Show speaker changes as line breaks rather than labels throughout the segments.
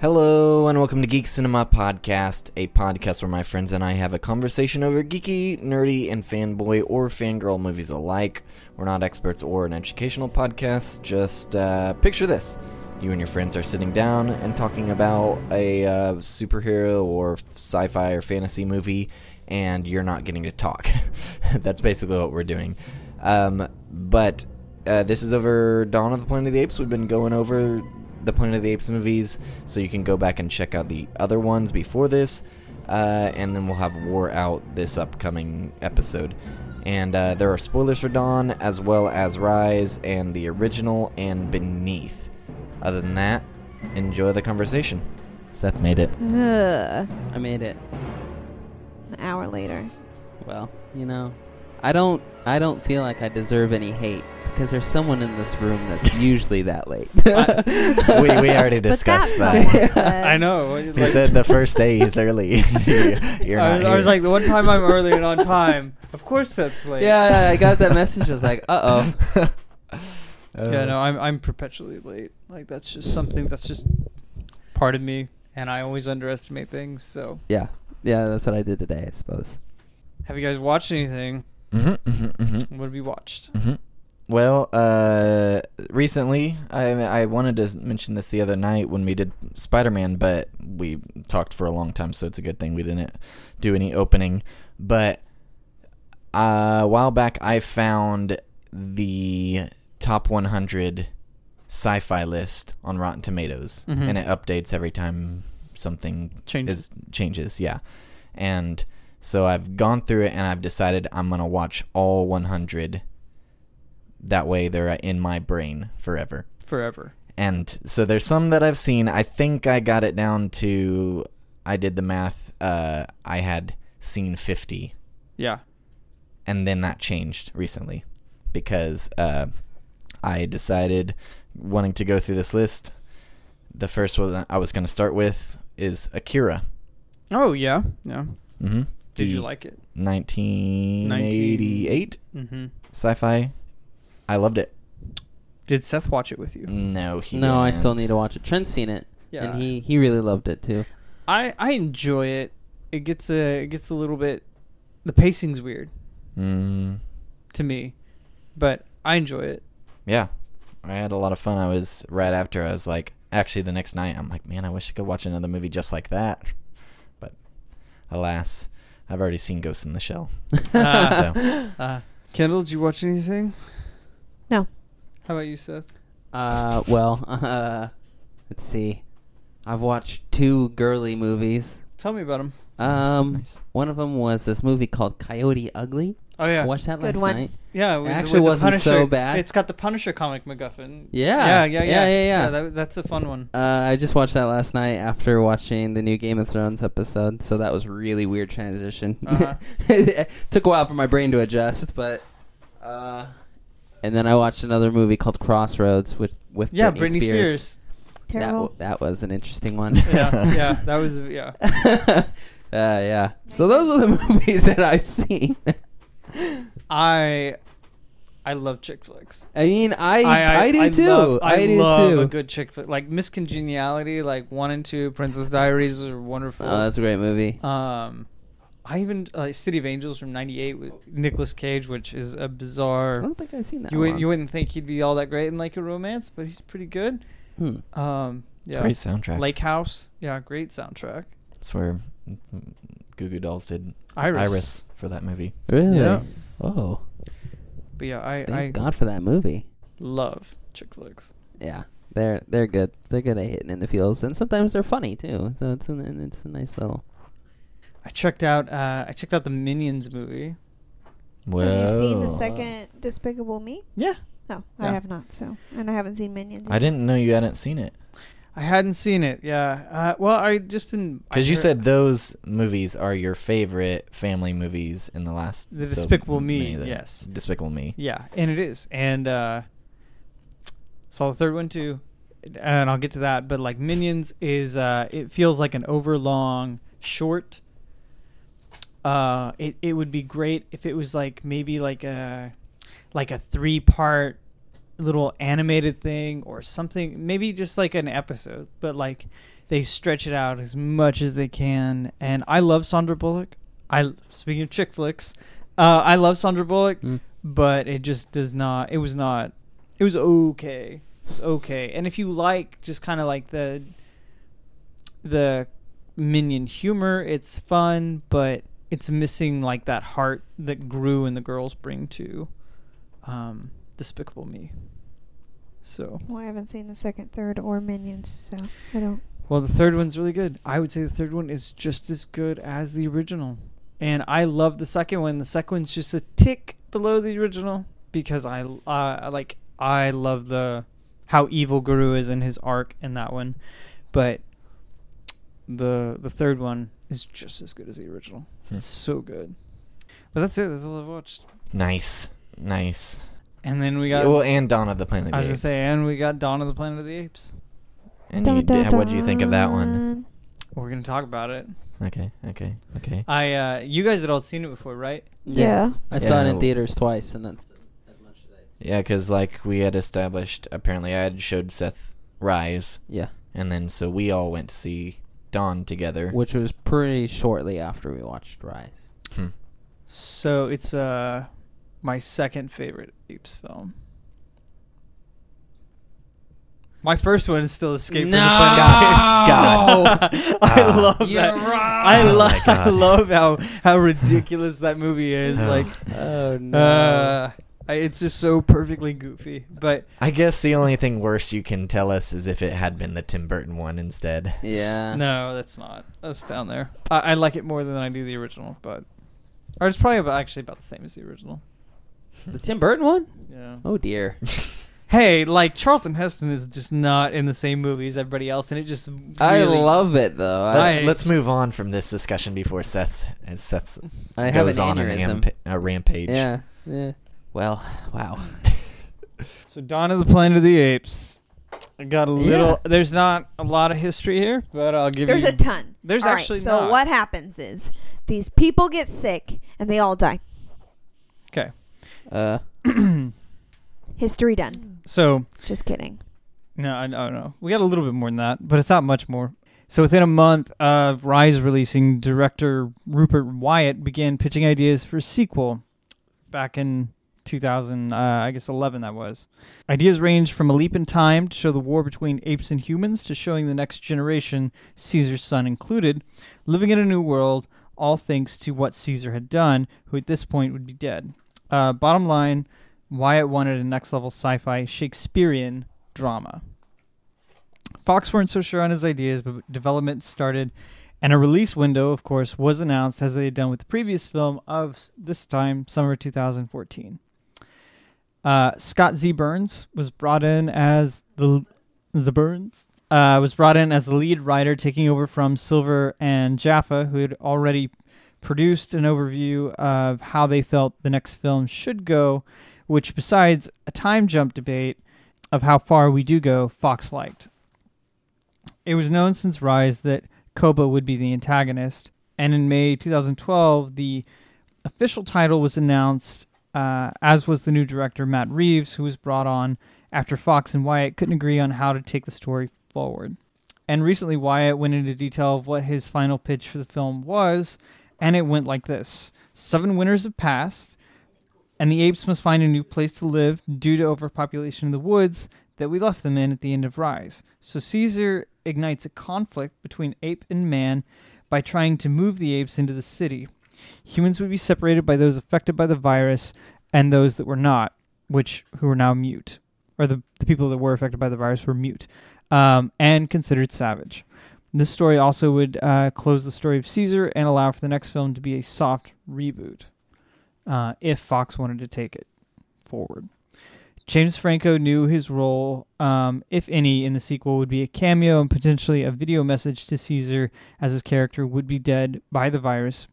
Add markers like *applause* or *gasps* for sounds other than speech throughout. Hello, and welcome to Geek Cinema Podcast, a podcast where my friends and I have a conversation over geeky, nerdy, and fanboy or fangirl movies alike. We're not experts or an educational podcast, just uh, picture this. You and your friends are sitting down and talking about a uh, superhero or sci fi or fantasy movie, and you're not getting to talk. *laughs* That's basically what we're doing. Um, but uh, this is over Dawn of the Planet of the Apes. We've been going over the Planet of the Apes movies, so you can go back and check out the other ones before this. Uh, and then we'll have War out this upcoming episode. And uh, there are spoilers for Dawn, as well as Rise, and the original, and Beneath. Other than that, enjoy the conversation. Seth made it.
Ugh.
I made it.
An hour later.
Well, you know, I don't I don't feel like I deserve any hate because there's someone in this room
*laughs*
that's usually that late. *laughs*
we, we already *laughs* discussed
but
that.
that. someone said-
*laughs* I know. what-
He
like-
said the first day he's
*laughs*
early. *laughs* You're
I, was,
not
I was
here.
like, the one time I'm
*laughs*
early and on time. Of course that's late.
yeah, I got that message. I was like, uh oh.
Uh.
Yeah. No, I'm I'm perpetually late. Like that's just something that's just part of me, and I always underestimate things. So,
Yeah, yeah, that's what I did today, I suppose.
have you guys watched anything?
Mhm, mhm, mhm.
What have you watched?
hmm Well, uh, recently, I I wanted to mention this the other night when we did Spider Man, but we talked for a long time, so it's a good thing we didn't do any opening. But uh, a while back, I found the top 100 sci fi list on Rotten Tomatoes,
Mhm.
and it updates every time something
Changes.
is changes, yeah. And so I've gone through it and I've decided I'm gonna watch all 100. That way they're in my brain forever.
Forever.
And so there's some that I've seen. I think I got it down to I did the math. Uh, I had seen 50,
Yeah.
and then that changed recently because uh, I decided wanting to go through this list. The first one I was gonna start with is Akira.
Oh yeah. Yeah.
Mm-hmm.
Did you like it?
1988
Mm-hmm.
sci-fi. I loved it.
Did Seth watch it with
Mm.
you?
No, he.
no, I
didn't.
still need to watch it. Trent's seen it,
Yeah.
and he he really loved it too.
I I enjoy it. It gets a it gets a little bit. The pacing's weird
Mm,
to me, but I enjoy it.
yeah, I had a lot of fun. I was right after. I was like, actually, the next night, I'm like, man, I wish I could watch another movie just like that. *laughs* But alas, I've already seen Ghost in the Shell.
*laughs*
Ah.
so
*laughs* Uh, Kendall, did you watch anything?
No.
How about you, Seth?
Uh, well, *laughs* uh, let's see. I've watched two girly movies.
Tell me about them.
Um,
Nice, nice.
one of them was this movie called Coyote Ugly.
Oh yeah,
I watched that
Good
last
one.
night.
yeah. with-
actually
with the
wasn't so
Punisher.
bad.
It's got the Punisher comic MacGuffin.
Yeah.
yeah, yeah,
Yeah,
yeah,
yeah, yeah.
that, that's a fun one.
Uh, I just watched that last night after watching the new Game of Thrones episode, so that was really weird transition.
Uh-huh.
it *laughs* took a while for my brain to adjust, but. Uh, and then I watched another movie called Crossroads with with
Yeah,
Britney,
Britney Spears.
That,
Terrible.
w- that was an interesting one.
yeah,
*laughs*
yeah, that was yeah.
uh, yeah. So those are the *laughs* movies that I've seen.
I I love chick flicks.
I mean, I I, do too.
love-
I, do
love
too.
a good chick flick, like Miss Congeniality, like one and two. Princess Diaries are wonderful.
oh, that's a great movie.
um, I even like City of Angels from '98 with Nicolas Cage, which is a
I
bizarre.
don't think I've seen that
you
one.
wouldn't you wouldn't think he'd be all that great in like a romance, but he's pretty good.
Hmm.
Um, yeah,
Great soundtrack.
Lake House, yeah, great soundtrack.
That's where Goo Goo Dolls did
Iris,
Iris for that movie.
Really?
Yeah.
Oh,
but yeah, I
thank
I
God for that movie.
love chick flicks.
Yeah, they're they're good. They're good at hitting in the fields, and sometimes they're funny too. So it's an, and it's a nice little.
I checked out uh, I checked out the Minions movie.
Have you seen the
Whoa.
second Despicable Me?
Yeah,
No, I
No.
have not. So, and I haven't seen Minions.
I didn't know you hadn't seen it
I hadn't seen it. Yeah, uh, well, I just been I
because you
heard-
said those movies are your favorite family movies in the last.
The
so
Despicable Me,
many that-
yes.
Despicable Me.
yeah, and it is, and uh, saw the third one too, and I'll get to that. But like Minions is uh, it feels like an overlong short. Uh, it it would be great if it was like maybe like a like a three part little animated thing or something, maybe just like an episode, but like they stretch it out as much as they can. And I love Sandra Bullock. I speaking of chick flicks, uh, I love Sandra Bullock,
Mm.
but it just does not. It was not. It was okay. It was okay. And if you like just kind of like the the minion humor, it's fun, but it's missing like that heart that Gru and the girls bring to um, Despicable Me. So.
Well, I haven't seen the second, third, or Minions, so I don't.
Well, the third one's really good. I would say the third one is just as good as the original. And I love the second one. The second one's just a tick below the original because I uh, like I love the how evil Guru is in his arc in that one. But the the third one is just as good as the original.
Hmm.
It's so good. But that's it. That's all I've watched.
Nice, nice.
And then we
Yeah,
got
well, and Dawn of the Planet. of
I was
the
gonna
Apes.
say, and we got Dawn of the Planet of the Apes.
And you,
Dun, dun,
what do you think of that one?
dun.
We're gonna talk about it.
Okay, okay, okay.
I uh you guys had all seen it before, right?
Yeah.
I saw it
Yeah.
in theaters twice, and that's as much as I.
Yeah, because like we had established, apparently I had showed Seth Rise,
Yeah,
and then so we all went to see Dawn together.
which was pretty shortly after we watched
*laughs*
Rise.
Hmm.
So it's uh my second favorite apes film. My first one is still Escape from the Planet
*laughs*
No!
of the Apes. God, *laughs* I
Ah.
love
You're
that.
wrong.
I
Oh
love,
my
*laughs* I
God.
love how how ridiculous that movie is.
Oh.
Like,
Oh no!
uh, I- it's just so perfectly goofy. But
I guess the only thing worse you can tell us is if it had been the Tim Burton one instead. *laughs*
yeah.
no, that's not. That's down there. I, I like it more than I do the original, but or it's probably about, actually about the same as the original.
The Tim Burton one?
Yeah.
Oh dear.
Hey, like Charlton Heston is just not in the same movie as everybody else, and it just
I
*laughs* really-
love it though. I,
That's-
Let's, let's move on from this discussion before Seth's Seth's
I have
goes
an
on an
aneurysm.
amp- a rampage.
yeah. Yeah. Well, wow.
So Dawn of the Planet of the Apes. I got a
Yeah.
little. There's not a lot of history here, but I'll give
There's
you.
a ton.
There's
All right,
actually
so
not.
what happens is these people get sick and they all die.
okay,
Uh,
History done.
so
Just kidding.
no, I don't know. We got a little bit more than that, but it's not much more. So within a month of Rise releasing, director Rupert Wyatt began pitching ideas for a sequel. Back in 2000, uh, I guess 11 that was. Ideas ranged from a leap in time to show the war between apes and humans to showing the next generation, Caesar's son included, living in a new world, all thanks to what Caesar had done, who at this point would be dead. Uh, bottom line, Wyatt wanted a next level sci fi Shakespearean drama. Fox weren't so sure on his ideas, but development started, and a release window, of course, was announced as they had done with the previous film of s- this time, summer 2014. Uh, Scott Z. Burns was brought in as the Z. Burns uh, was brought in as the lead writer, taking over from Silver and Jaffa, who had already produced an overview of how they felt the next film should go, which, besides a time jump debate of how far we do go, Fox liked. It was known since Rise that Koba would be the antagonist, and in May 2012, the official title was announced, uh, as was the new director, Matt Reeves, who was brought on after Fox and Wyatt couldn't agree on how to take the story forward. And recently, Wyatt went into detail of what his final pitch for the film was, and it went like this Seven winters have passed, and the apes must find a new place to live due to overpopulation in the woods that we left them in at the end of Rise. So Caesar ignites a conflict between ape and man by trying to move the apes into the city. Humans would be separated by those affected by the virus and those that were not, which who are now mute, or the, the people that were affected by the virus were mute um, and considered savage. This story also would uh, close the story of Caesar and allow for the next film to be a soft reboot uh, if Fox wanted to take it forward. James Franco knew his role, um, if any, in the sequel would be a cameo and potentially a video message to Caesar, as his character would be dead by the virus.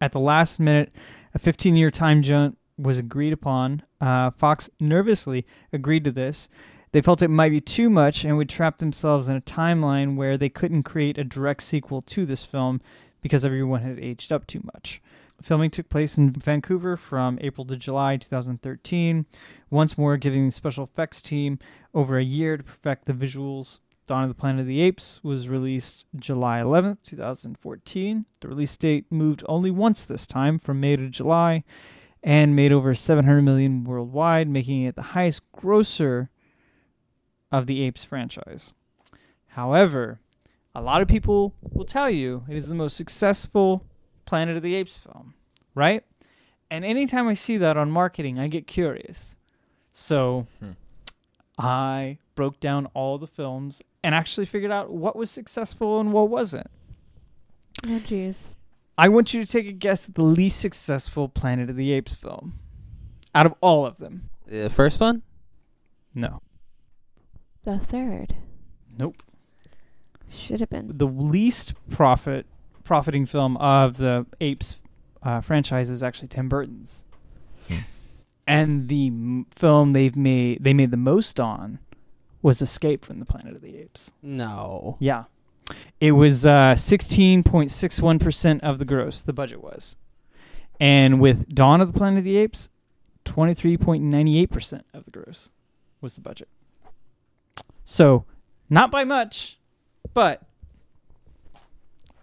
At the last minute, a 15 year time jump was agreed upon. Uh, Fox nervously agreed to this. They felt it might be too much and would trap themselves in a timeline where they couldn't create a direct sequel to this film because everyone had aged up too much. Filming took place in Vancouver from April to July 2013, once more giving the special effects team over a year to perfect the visuals Dawn of the Planet of the Apes was released July 11th, 2014. The release date moved only once this time from May to July and made over 700 million worldwide, making it the highest grosser of the Apes franchise. However, a lot of people will tell you it is the most successful Planet of the Apes film, right? And anytime I see that on marketing, I get curious. So
Hmm.
I broke down all the films and actually figured out what was successful and what wasn't.
Oh, jeez.
I want you to take a guess at the least successful Planet of the Apes film out of all of them.
The first one?
No.
The third
Nope.
should have been.
The least profit profiting film of the Apes uh, franchise is actually Tim Burton's.
Yes.
And the m- film they've made they made the most on was Escape from the Planet of the Apes.
No.
Yeah. It was uh, 16.61% of the gross, the budget was. And with Dawn of the Planet of the Apes, 23.98% of the gross was the budget. So, not by much, but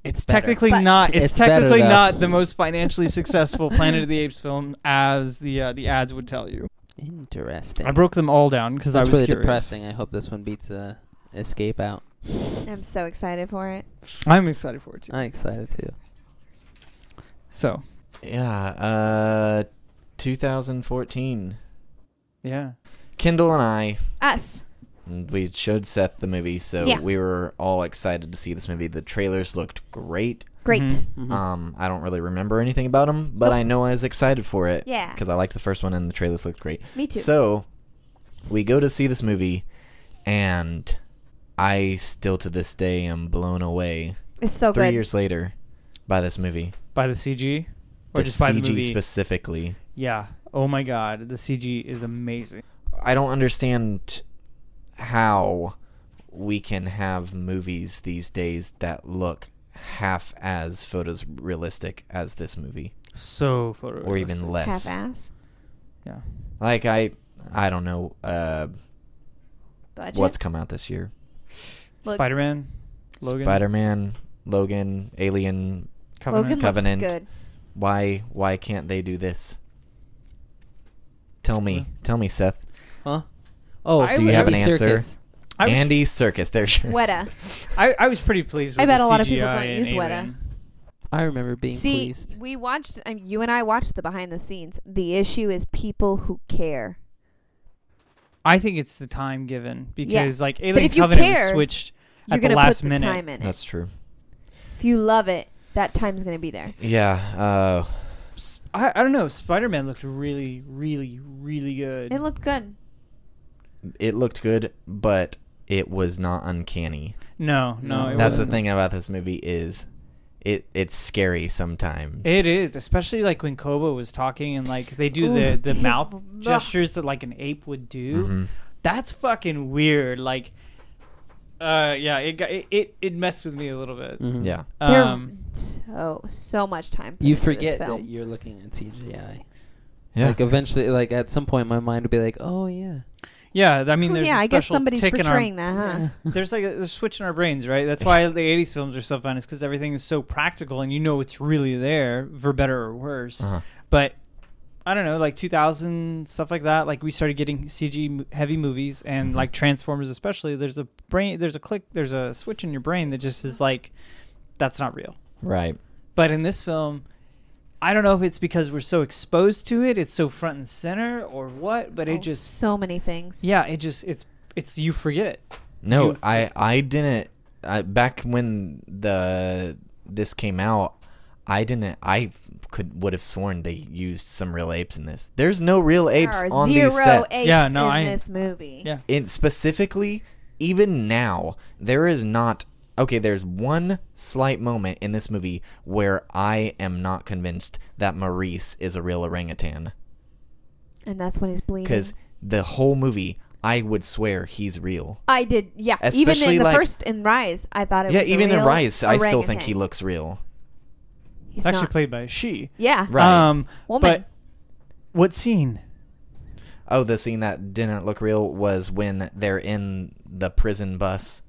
it's
better.
technically
But-
not it's,
It's better,
technically
though.
not the most financially successful Planet of the Apes film as the uh, the ads would tell you.
Interesting.
I broke them all down because I
That's
was
really
curious.
depressing. I hope this one beats uh, Escape out.
I'm so excited for it.
I'm excited for it too.
I'm excited too.
So,
Yeah. Uh, 2014.
yeah.
Kendall and I
Us.
And We showed Seth the movie, so
Yeah.
we were all excited to see this movie. The trailers looked great.
Great.
Mhm.
Mm-hmm.
Um, I don't really remember anything about them, but I know I was excited for it
Yeah.
because I liked the first one and the trailers looked great.
Me too.
So we go to see this movie, and I still to this day am blown away
it's so
three
Oh, good.
years later by this movie,
By the CG? Or
the
just
CG
by the movie?
specifically.
yeah. Oh my god, the CG is amazing.
I don't understand how we can have movies these days that look half as photos realistic as this movie
So photorealistic.
or even
Half
less
ass.
Yeah.
like i i don't know uh
Budget.
what's come out this year
Look,
Spider Man, Logan.
spider-man logan alien
Covenant.
Logan
Covenant.
looks
*laughs*
good.
why why can't they do this tell me
Well-
tell me seth
Huh? Oh,
I Do you would- have
an
Andy
answer?
Serkis.
I was,
andy circus there's
Weta.
I, I was pretty pleased
I
with
bet
the
a lot of people
CGI
don't
in
use Weta.
Alien.
I remember being
See,
pleased.
we watched. Um, you and I watched the behind the scenes. The issue is people who care.
I think it's the time given because like Alien
if you
Covenant was
care,
switched
You're
at
gonna
the last
put the
minute.
time in it.
that's true
if you love it, that time's gonna be there.
yeah uh
S- I, I don't know. Spider Man looked really, really, really good.
It looked good.
it looked good but it was not uncanny
no, no,
No,
it
Mm, That's
wasn't.
the thing about this movie is it it's scary sometimes.
It is, especially like when Koba was talking and like they do
Oof,
the the
his-
mouth
ugh.
gestures that like an ape would do.
Mhm.
That's fucking weird. Like, uh, yeah, it got, it, it it messed with me a little bit.
Mhm.
Yeah.
There
Um,
so so much time. put
You
into this
forget
film.
that you're looking at CGI.
Yeah.
Like eventually, like at some point, my mind would be like, "Oh yeah,
yeah, I mean,
Oh,
there's
yeah,
a
I guess
special
somebody's
tick in our-
portraying *laughs*
Ah.
that, huh?
*laughs* there's like a, there's a switch in our brains, right? That's why the '80s films are so fun, is because everything is so practical and you know it's really there, for better or worse.
Uh-huh.
But I don't know, like 2000 stuff like that. Like we started getting CG mo- heavy movies and
Mhm.
like Transformers, especially. There's a brain, there's a click, there's a switch in your brain that just is like, that's not real.
Right.
But in this film, I don't know if it's because we're so exposed to it, it's so front and center, or what. But
Oh,
it just,
so many things.
yeah, it just it's it's you forget.
No,
You-
I I didn't I, back when the this came out, I didn't I could would have sworn they used some real apes in this. There's no real
There
apes
are
on
zero
these sets.
apes
Yeah, no,
in
I-
this movie.
Yeah.
It specifically even now there is not okay there's one slight moment in this movie where i am not convinced that maurice is a real orangutan
and that's when he's bleeding.
because the whole movie, I would swear he's real.
I did, yeah. Even
Especially,
in the
like-
first in Rise, I thought it
yeah,
was a
even in
real
Rise, I still think
orangutan.
he looks real.
He's
actually
not-
played by she.
Yeah,
Right.
Um,
Woman.
But what scene?
Oh, the scene that didn't look real was when they're in the prison bus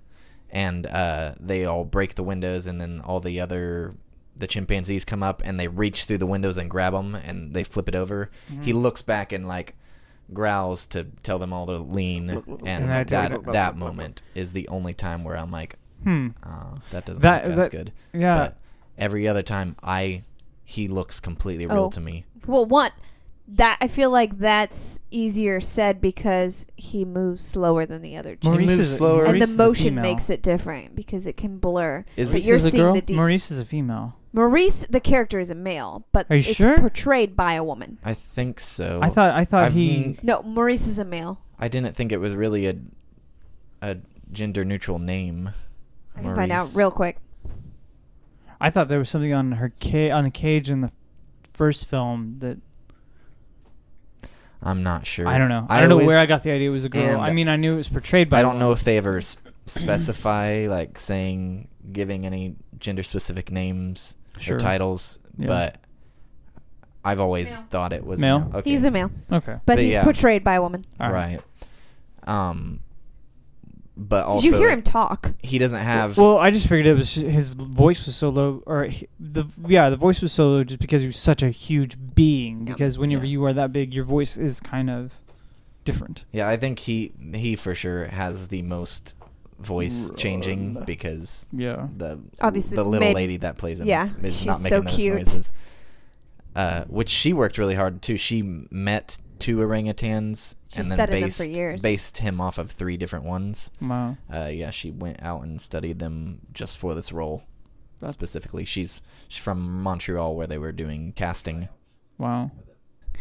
and uh, they all break the windows, and then all the other the chimpanzees come up and they reach through the windows and grab him, and they flip it over. He
Mm-hmm.
looks back and like growls to tell them all to lean, and
And I do.
that that moment is the only time where I'm like,
Hmm.
oh, that doesn't
That-
look as
that-
good.
Yeah.
But every other time, I he looks completely real
Oh.
to me.
Well, one that I feel like that's easier said because he moves slower than the other two.
Maurice
Maurice
is
is
slower.
and
Maurice
the
is a
motion
female.
makes it different because it can blur.
Is
but
it-
you're
Is it a
seeing
girl?
the deep.
Maurice is a female.
Maurice, the character is a male, but
Are you
it's
sure?
portrayed by a woman.
I think so.
I thought. I thought
Oh. I've
he.
n-
No, Maurice is a male.
I didn't think it was really a a gender neutral name.
I can find out
Maurice.
real quick.
I thought there was something on her ca- on the cage in the first film that
I'm not sure.
I don't know. I, don't know
always-
where I got the idea it was a girl.
and-
I mean, I knew it was portrayed by.
I don't
a
know
woman.
if they ever s- specify like saying giving any gender specific names
Sure.
or titles,
Yeah.
but I've always
Male.
thought it was
Male?
Okay.
He's a male,
Okay.
but,
But
he's
yeah.
portrayed by a woman.
All
right. Um, but also
Did you hear
like,
him talk?
He doesn't have.
Well, I just figured it was his voice was so low, or he- the yeah, the voice was so low just because he was such a huge being.
Yeah.
Because whenever
Yeah.
you are that big, your voice is kind of different.
yeah, I think he he for sure has the most voice changing because
Yeah.
the
Obviously
the little
made-
lady that plays him.
yeah,
is not
she's
making
so
those
cute.
Noises. Uh, which she worked really hard too. She met two orangutans
She
and then
studied them for
based,
years.
based him off of three different ones.
Wow.
Uh, yeah, she went out and studied them just for this role
That's-
specifically. She's, she's from Montreal where they were doing casting.
Wow.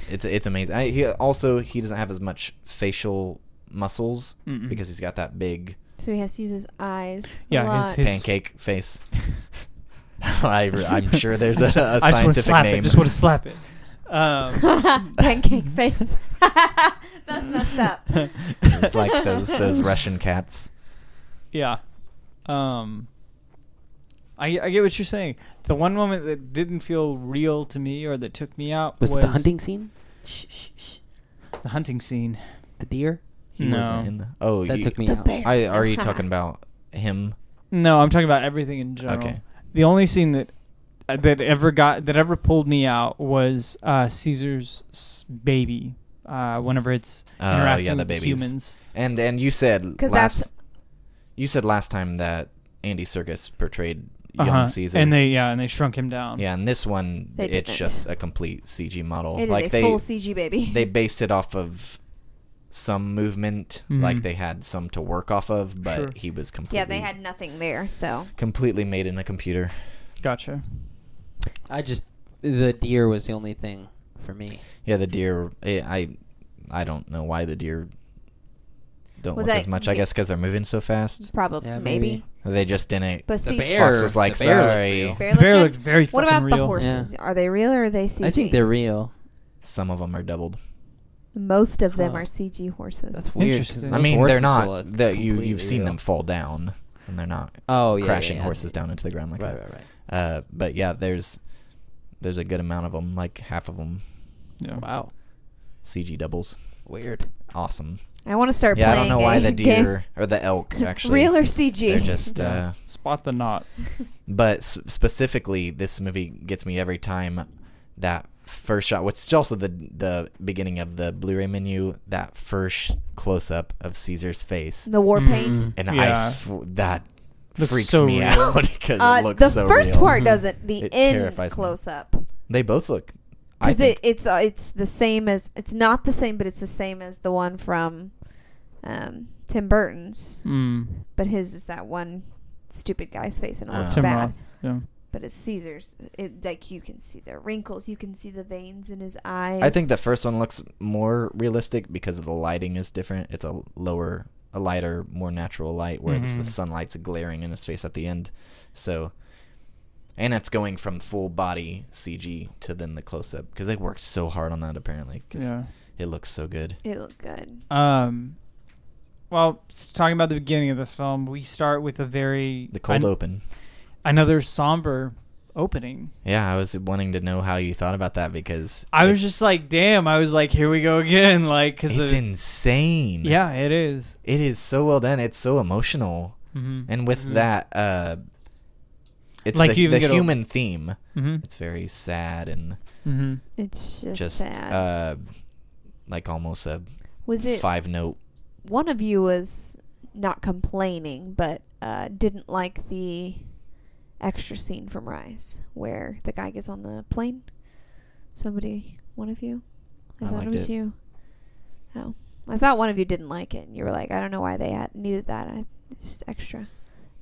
It's it's amazing. I, he also he doesn't have as much facial muscles
Mm-mm.
because he's got that big
So he has to use his eyes. a
Yeah, his-
lot.
his-
pancake face. *laughs* I, am sure
*laughs*
there's a, a scientific
I just want to slap
name.
it. Just want to slap it.
*laughs*
Um, *laughs*
pancake face. *laughs* That's
*laughs*
messed up.
*laughs* It's like
*laughs*
those those Russian cats.
*laughs* yeah. Um. I, I get what you're saying. The one moment that didn't feel real to me or that took me
*laughs*
out
Was
was,
it the hunting scene?
Shh, shh, shh.
the hunting scene.
The deer?
He
No.
wasn't in the, oh,
That
you,
took me
The
out.
bear.
I
*laughs*
are you talking about him?
No, I'm talking about everything in general.
Okay.
The only scene that uh, that ever got that ever pulled me out was uh, Caesar's s- baby. Uh, whenever it's
Oh,
interacting
yeah, the
with
babies.
humans,
And and you said
'Cause
last
that's-
you said last time that Andy Circus portrayed young
Uh-huh.
Caesar.
and they um, yeah, and they shrunk him down.
yeah, and this one
They
it's
didn't.
just a complete CG model.
It is
like
a
they
full CG baby. *laughs*
they based it off of some movement,
Mhm.
like they had some to work off of, but
Sure.
he was completely
yeah, they had nothing there. So
completely made in a computer.
gotcha.
I just the deer was the only thing for me.
Yeah, the deer. eh, I, I don't know why the deer don't
Was
look
that-
as much. I guess because they're moving so fast.
probably
Yeah,
maybe.
maybe.
They just didn't.
But see,
Fox was like,
the bear looked
"Sorry."
real.
Bear
The bear
looked-
looked very
What
fucking
about the
real.
horses?
Yeah.
Are they real or are they CG?
I think they're real.
Some of them are doubled.
Most of them
Huh.
are CG horses.
That's weird. 'cause
Interesting.
those
I mean, they're
horses
not.
look
That you
completely
you've seen
real.
them fall down, and they're not
Oh yeah,
crashing
yeah, yeah.
horses down into the ground like
Right,
that.
right, right.
Uh, but yeah, there's there's a good amount of them. Like half of them
Yeah.
Wow,
CG doubles.
weird.
Awesome.
I want to start
Yeah, I
playing.
don't know why
a
the
game. *laughs*
deer or the elk actually.
real or CG?
They're
*laughs*
just.
Yeah.
Uh,
Spot the knot.
But s- specifically, this movie gets me every time that first shot. What's also the the beginning of the Blu-ray menu. That first close up of Caesar's face,
the war
*laughs*
paint.
Mm.
and
Yeah.
I sw- that
Looks
freaks
so
me
real.
out *laughs* because it
Uh,
looks
the
so
first
real. *laughs*
part
Mhm.
doesn't. The
It
end
terrifies me.
close up
They both look. I
because it,
think
it's uh, it's the same as it's not the same, but it's the same as the one from um, Tim Burton's.
Mm.
But his is that one stupid guy's face, and it
Uh,
looks
Tim
bad.
Roth. Yeah.
But it's Caesar's. It, like you can see the wrinkles, you can see the veins in his eyes.
I think the first one looks more realistic because of the lighting is different. It's a lower, a lighter, more natural light, where it's the
Mhm.
sunlight's glaring in his face at the end. So, and it's going from full body CG to then the close up because they worked so hard on that apparently. 'cause
Yeah.
it looks so good.
it looked good.
Um. Well, s- talking about the beginning of this film, we start with a very
The cold
an-
open.
another somber opening.
Yeah, I was wanting to know how you thought about that because
I was
it's-
just like, damn. I was like, here we go again. *laughs* Like, cause
it's
the,
insane.
yeah, it is.
it is so well done. It's so emotional.
Mm-hmm.
And with
Mhm.
that, uh, it's
Like
the,
you even
the
get a-
human theme.
Mm-hmm.
It's very sad and
Mm-hmm.
It's just,
just
sad.
uh, like almost a
was it
five note.
one of you was not complaining, but uh, didn't like the extra scene from Rise where the guy gets on the plane? Somebody, one of you? I,
I
thought
liked
it was
it.
you. Oh, I thought one of you didn't like it, and you were like, I don't know why they had needed that. I it's just extra.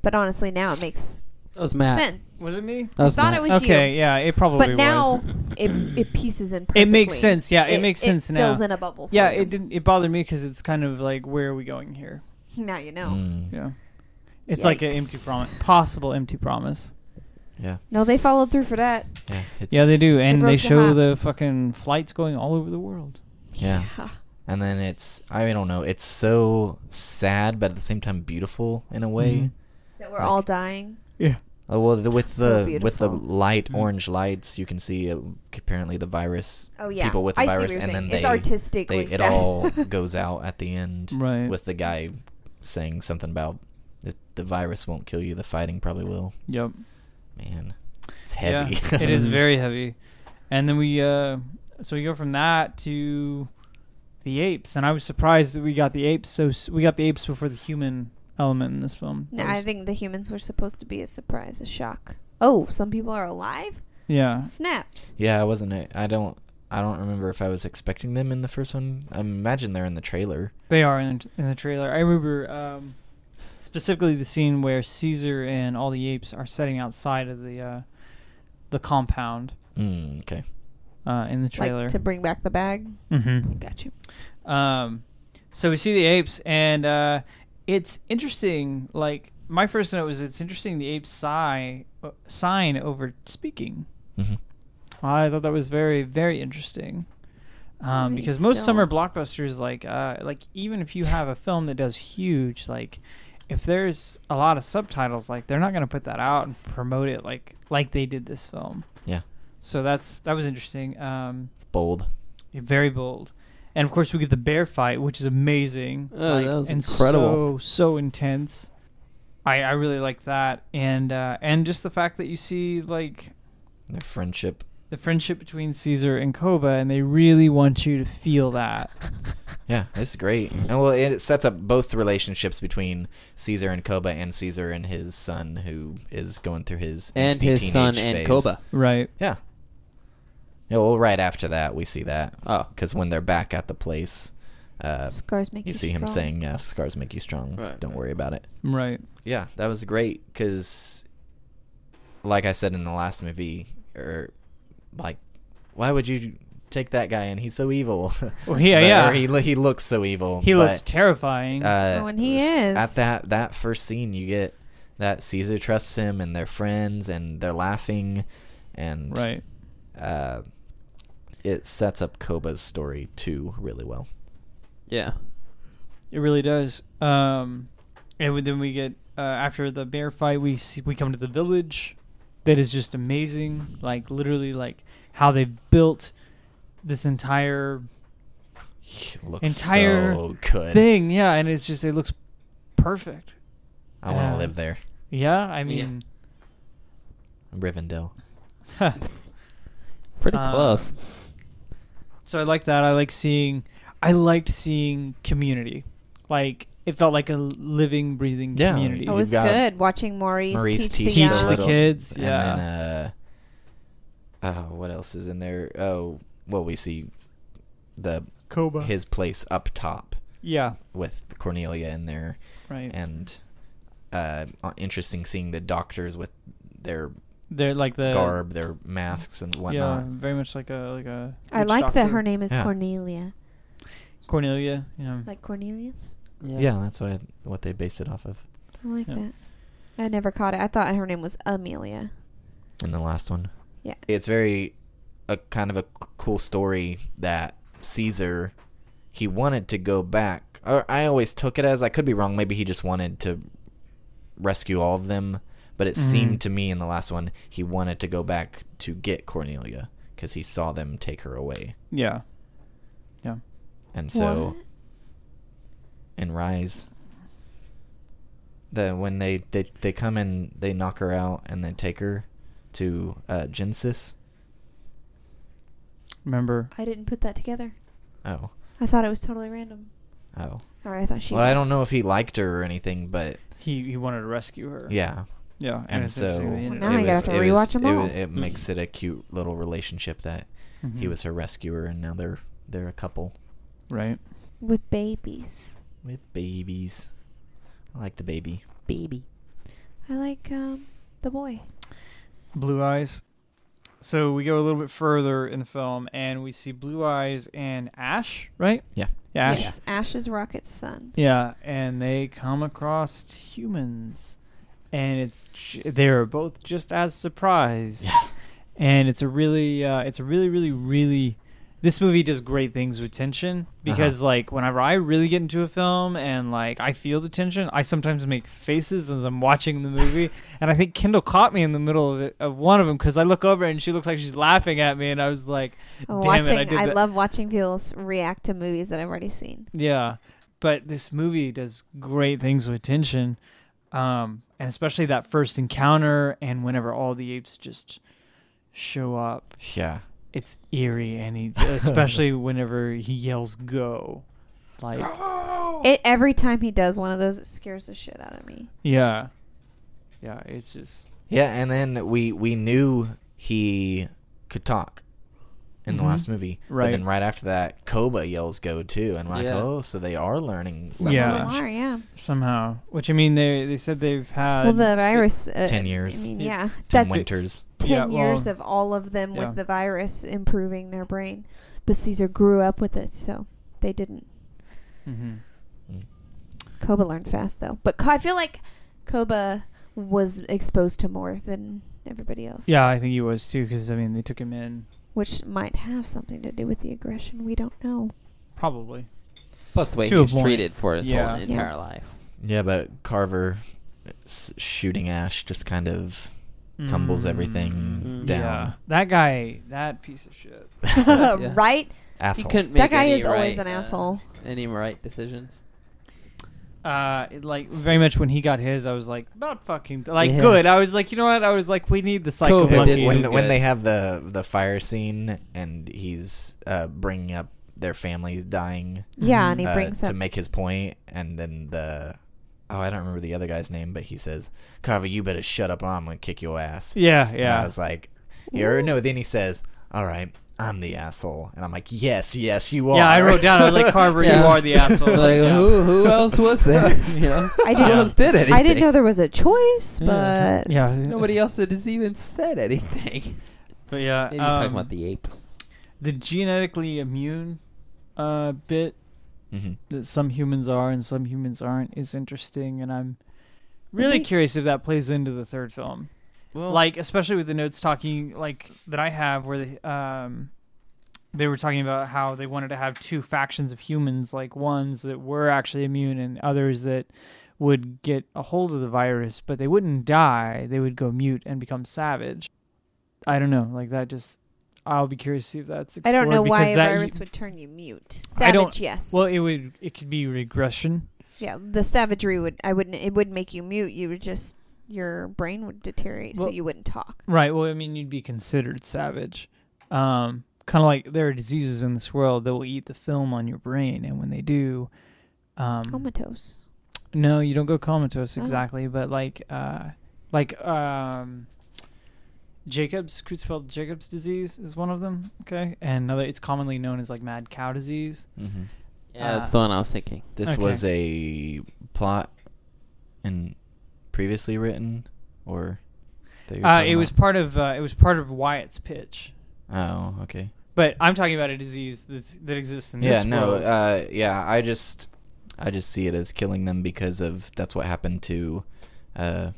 But honestly, now it makes
That was Matt.
sense.
Was it me?
That was
I thought
Matt.
Oh, it was
Okay,
you.
yeah, it probably
but
was.
now *laughs*
*coughs*
it, it pieces in perfectly.
It makes sense. Yeah, it, makes sense now.
It fills in a bubble. for
yeah,
you.
it didn't. It bothered me because it's kind of like, where are we going here?
*laughs* Now you know.
Mm,
Yeah, it's like an empty
Yikes.
promise, possible empty promise.
yeah,
No, they followed through for that.
yeah. It's,
Yeah, they do, and
broke
they,
the
show the
hats.
fucking flights going all over the world.
Yeah. And then it's I don't know. It's so sad, but at the same time beautiful in a way.
Mhm.
That we're
Like-
all dying.
Yeah.
Oh, well, the, with
So
the with the
beautiful.
light
Mhm.
orange lights, you can see uh, apparently the virus.
Oh yeah.
People with the
I
virus,
see what
and then
you're saying.
they
it's artistically
they, it
sad. *laughs*
all goes out at the end
Right.
with the guy saying something about that the virus won't kill you, the fighting probably will.
Yep.
Man, it's heavy. *laughs*
Yeah, it is
Mhm.
very heavy. And then we, uh, so we go from that to the apes, and I was surprised that we got the apes. So s- we got the apes before the human element in this film.
No,
That
I
was-
think the humans were supposed to be a surprise, a shock. Oh, some people are alive.
Yeah.
Snap.
yeah, I wasn't. a- I don't. I don't remember if I was expecting them in the first one. I imagine they're in the trailer.
They are in, in the trailer. I remember um, specifically the scene where Caesar and all the apes are sitting outside of the uh, the compound
Mm, okay.
uh, in the trailer.
Like to bring back the bag.
mm-hmm.
Got you.
Um, so we see the apes, and uh, it's interesting. Like my first note was, it's interesting the apes sigh, uh, sign over speaking.
Mhm.
I thought that was very, very interesting. Um,
Right,
because most
still-
summer blockbusters, like, uh, like even if you have a film that does huge, like, if there's a lot of subtitles, like, they're not going to put that out and promote it like like they did this film.
Yeah.
So that's that was interesting. Um,
It's bold.
yeah, very bold. And of course, we get the bear fight, which is amazing.
Oh, that was
and
incredible.
So so intense. I I really like that, and uh, and just the fact that you see like
Their friendship.
the friendship between Caesar and Koba, and they really want you to feel that.
*laughs* Yeah, it's great. And well, it sets up both relationships between Caesar and Koba, and Caesar and his son, who is going through his
and
angsty
his son
teenage
and
phase.
Koba.
Right.
Yeah. Yeah. Well, right after that, we see that
Oh,
because when they're back at the place, uh,
Scars make you,
you see him
strong.
saying, yeah, "Scars make you strong.
Right,
Don't
right.
worry about it."
Right.
Yeah, that was great because, like I said in the last movie, or like, why would you take that guy in? He's so evil. *laughs*
Well, yeah,
But-
yeah.
Or he lo- he looks so evil.
He
but,
looks terrifying.
Uh,
Oh, and he
s-
is.
at that that first scene. You get that Caesar trusts him, and they're friends, and they're laughing, and
right.
uh, it sets up Koba's story too really well.
yeah.
It really does. Um, and we- then we get uh, after the bear fight, we see, we come to the village. That is just amazing. Like literally, like how they built this entire
It looks
Entire
so good.
thing. Yeah, and it's just it looks perfect.
I want to
uh,
live there,
Yeah, I
Yeah.
mean,
Rivendell.
Pretty
Um,
close.
so I like that. I like seeing. I liked seeing community. Like it felt like a living, breathing
Yeah.
community.
Oh, It
You've
was
got
good watching Maurice,
Maurice
teach,
teaches
the young.
Teach the
little-
kids,
and
yeah.
then, uh, oh, what else is in there? Oh, well, we see the
Koba.
his place up top
yeah.
with Cornelia in there.
Right.
and uh, uh, interesting seeing the doctors with their
They're like the
garb, their masks and
Yeah,
whatnot.
very much like a like a.
I
witch
like that
doctor.
her name is
Yeah.
Cornelia.
Cornelia. Yeah.
Like Cornelius?
Yeah, that's why what they based it off of
I like
Yeah.
that. I never caught it. I thought her name was Amelia.
in the last one.
Yeah.
it's very a kind of a c- cool story that Caesar he wanted to go back. Or I always took it as I could be wrong. Maybe he just wanted to rescue all of them. But it
Mhm.
seemed to me in the last one he wanted to go back to get Cornelia because he saw them take her away.
Yeah. Yeah.
And so, and Rise, the when they, they they come and they knock her out and they take her to uh, Genesis.
Remember?
I didn't put that together.
Oh,
I thought it was totally random.
oh.
Or I thought she.
well, I don't
was.
know if he liked her or anything, but
He he wanted to rescue her.
yeah.
Yeah.
And,
it's
so
interesting they
Well,
ended
now
up-
I gotta have to
it was-
rewatch 'em
it
all.
wa- it makes it a cute little relationship that he
Mhm.
was her rescuer and now they're they're a couple
Right.
With babies.
with babies. I like the baby.
Baby.
I like um, the boy.
Blue Eyes. So we go a little bit further in the film, and we see Blue Eyes and Ash, right?
Yeah.
Yeah, Ash.
Yes, Ash is Rocket's son.
Yeah, and they come across humans, and it's j- they're both just as surprised.
Yeah.
And it's a really, uh, it's a really, really, really. This movie does great things with tension because, like, whenever I really get into a film and like I feel the tension, I sometimes make faces as I'm watching the movie. and I think Kendall caught me in the middle of, it, of one of them because I look over and she looks like she's laughing at me, and I was like,
Oh,
Damn it,
watching,
I did that.
love watching people s- react to movies that I've already seen.
Yeah, but this movie does great things with tension, um, and especially that first encounter and whenever all the apes just show up,
Yeah.
it's eerie,
*laughs*
and he especially whenever he yells "go," like
It every time he does one of those, it scares the shit out of me.
yeah, yeah, it's just
Yeah, and then we we knew he could talk in
Mhm.
the last movie.
Right.
But then right after that, Koba yells go too, and like,
Yeah.
oh, so they are learning
Some
language.
Yeah.
of them are, yeah.
somehow. Which I mean, they they said they've had
well, the virus. Uh,
10 years.
I mean,
Yeah.
yeah,
Tim
that's
Winters.
ten
Yeah,
years
well,
of all of them
yeah.
with the virus improving their brain. But Caesar grew up with it, so they didn't.
Mhm.
Koba learned fast though, but Ko- I feel like Koba was exposed to more than everybody else.
Yeah, I think he was too, because I mean, they took him in
which might have something to do with the aggression. We don't
*laughs*
know.
probably.
Plus the way
To
he
a
was
point.
treated for his
Yeah.
whole
Yeah.
entire life.
Yeah, but Carver s- shooting Ash just kind of tumbles everything
Mm.
down.
Mm. Yeah, that guy, that piece of shit.
Yeah.
right?
He
Asshole.
couldn't make
That guy
any
is always
right,
an
uh,
asshole.
Any right decisions.
uh it, like very much when he got his i was like not fucking like
Yeah.
good i was like you know what i was like we need the psycho
Kobe
When-
did
monkey.
when,
so
when
good.
they have the the fire scene and he's uh, bringing up their families dying
Yeah, and he
uh,
brings
to
up.
make his point, and then the oh I don't remember the other guy's name, but he says, "Kava, you better shut up, or I'm gonna kick your ass."
yeah
And I
yeah
was like, "Or no." Then he says, "All right, I'm the asshole," and I'm like, "Yes, yes, you are."
yeah i wrote down i was
*laughs*
like carver
Yeah.
you are
*laughs*
the asshole
like
Yeah.
who who else was there? *laughs* You know,
I
who
didn't.
else did anything?
I didn't know there was a choice,
Yeah.
but
yeah
Nobody else that has even said anything.
but yeah
Maybe he's talking
um,
about the apes.
the genetically immune uh bit
Mhm.
that some humans are and some humans aren't is interesting and i'm
Really?
really curious if that plays into the third film
Well,
like especially with the notes talking like that I have where they, um they were talking about how they wanted to have two factions of humans like ones that were actually immune and others that would get a hold of the virus but they wouldn't die they would go mute and become savage I don't know like that just I'll be curious to see if
I
that's explored
don't know
because
why a
that
virus would turn you mute.
I don't-
Savage, yes.
well it would it could be regression
yeah, the savagery would. I wouldn't. It wouldn't make you mute. You would just your brain would deteriorate, so
Well-
you wouldn't talk.
Right. Well, I mean, you'd be considered savage. Um, kind of like there are diseases in this world that will eat the film on your brain, and when they do, um,
Comatose.
no, you don't go comatose
Oh.
exactly, but like, uh, like um, Jacobs Creutzfeldt Jacobs disease is one of them. Okay, and another it's commonly known as like mad cow disease.
Mhm.
yeah,
uh,
that's the one I was thinking.
This
Okay.
was a plot and previously written, or that you're
Uh,
talking
it was
about?
part of uh, it was part of Wyatt's pitch.
oh okay.
But I'm talking about a disease that's, that exists in
yeah
this
no
world.
uh yeah i just i just see it as killing them because of that's what happened to uh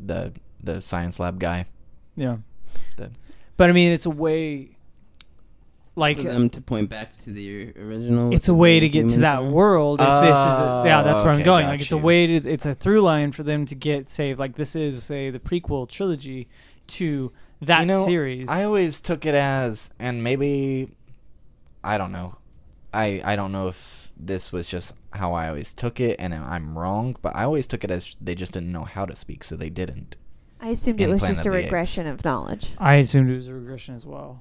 the the science lab guy
yeah.
the,
But I mean, it's a way, like
for them to point back to the original.
it's a way to get to that
humans.
world. If this is, a, yeah,
Oh,
that's where I'm
okay,
going.
got
Like it's a
you.
way to, it's a through line for them to get, say, like this is say the prequel trilogy to that
You know,
series.
i always took it as and maybe i don't know i i don't know if this was just how I always took it, and I'm wrong, but I always took it as they just didn't know how to speak, so they didn't.
I assumed it
And
was
Planet
just a
of the Apes.
regression of knowledge.
I assumed it was a regression as well.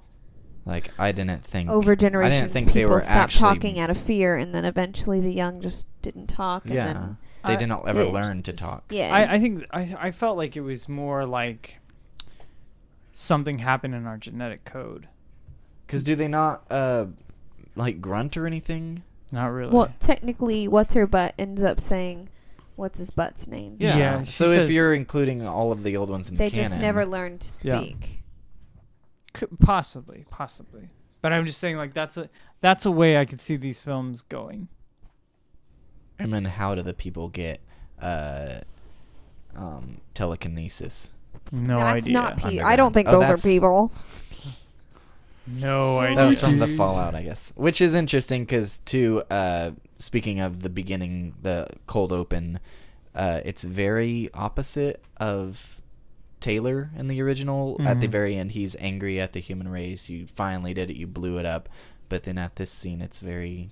Like I didn't think
Over
I
generations,
didn't think
people
they were
stopped
actually,
talking out of fear, and then eventually the young just didn't talk. And
Yeah,
then
they
I-
didn't ever
it-
learn to talk.
Yeah,
I, I think I, I felt like it was more like something happened in our genetic code.
Because do they not uh, like grunt or anything?
Not really.
Well, technically, what's her butt ends up saying, "What's his butt's name?"
Yeah. she
so if
says-
you're including all of the old ones in
they
canon,
just never learned to
Yeah.
speak.
C- possibly, possibly. But I'm just saying, like that's a that's a way I could see these films going.
And then how do the people get uh, um, telekinesis?
No
that's
idea.
not people. I
Underground.
don't think
Oh,
those are
that's-
people.
no idea.
That was from the
Jeez.
Fallout, I guess. Which is interesting because, too, uh, speaking of the beginning, the cold open, uh, it's very opposite of Taylor in the original. At the
Mhm.
very end, he's angry at the human race. You finally did it. You blew it up. But then at this scene, it's very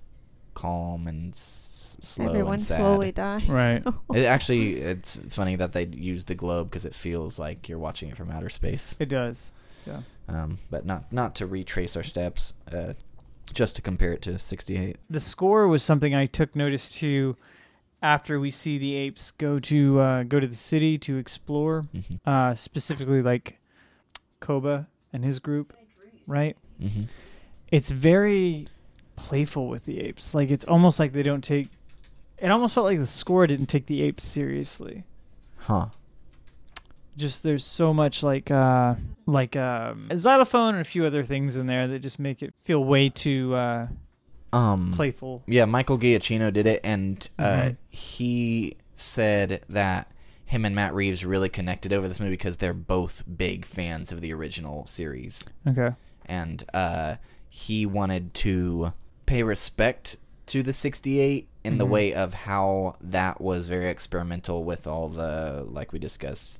calm and s- slow.
Everyone
and sad.
slowly dies. *laughs*
Right.
It actually, uh, it's funny that they use the globe because it feels like you're watching it from outer space
It does. Yeah.
um, but not not to retrace our steps, uh, just to compare it to 68.
The score was something I took notice to after we see the apes go to uh, go to the city to explore,
Mhm.
uh, specifically like Koba and his group, right?
hmm
it's very playful with the apes. Like it's almost like they don't take. It almost felt like the score didn't take the apes seriously.
Huh.
Just there's so much like uh like um, a xylophone and a few other things in there that just make it feel way too uh,
Um.
playful.
Yeah, Michael Giacchino did it, and uh,
Mhm.
he said that him and Matt Reeves really connected over this movie because they're both big fans of the original series,
Okay.
and uh, he wanted to pay respect to the 68 in the
Mhm.
way of how that was very experimental with all the like we discussed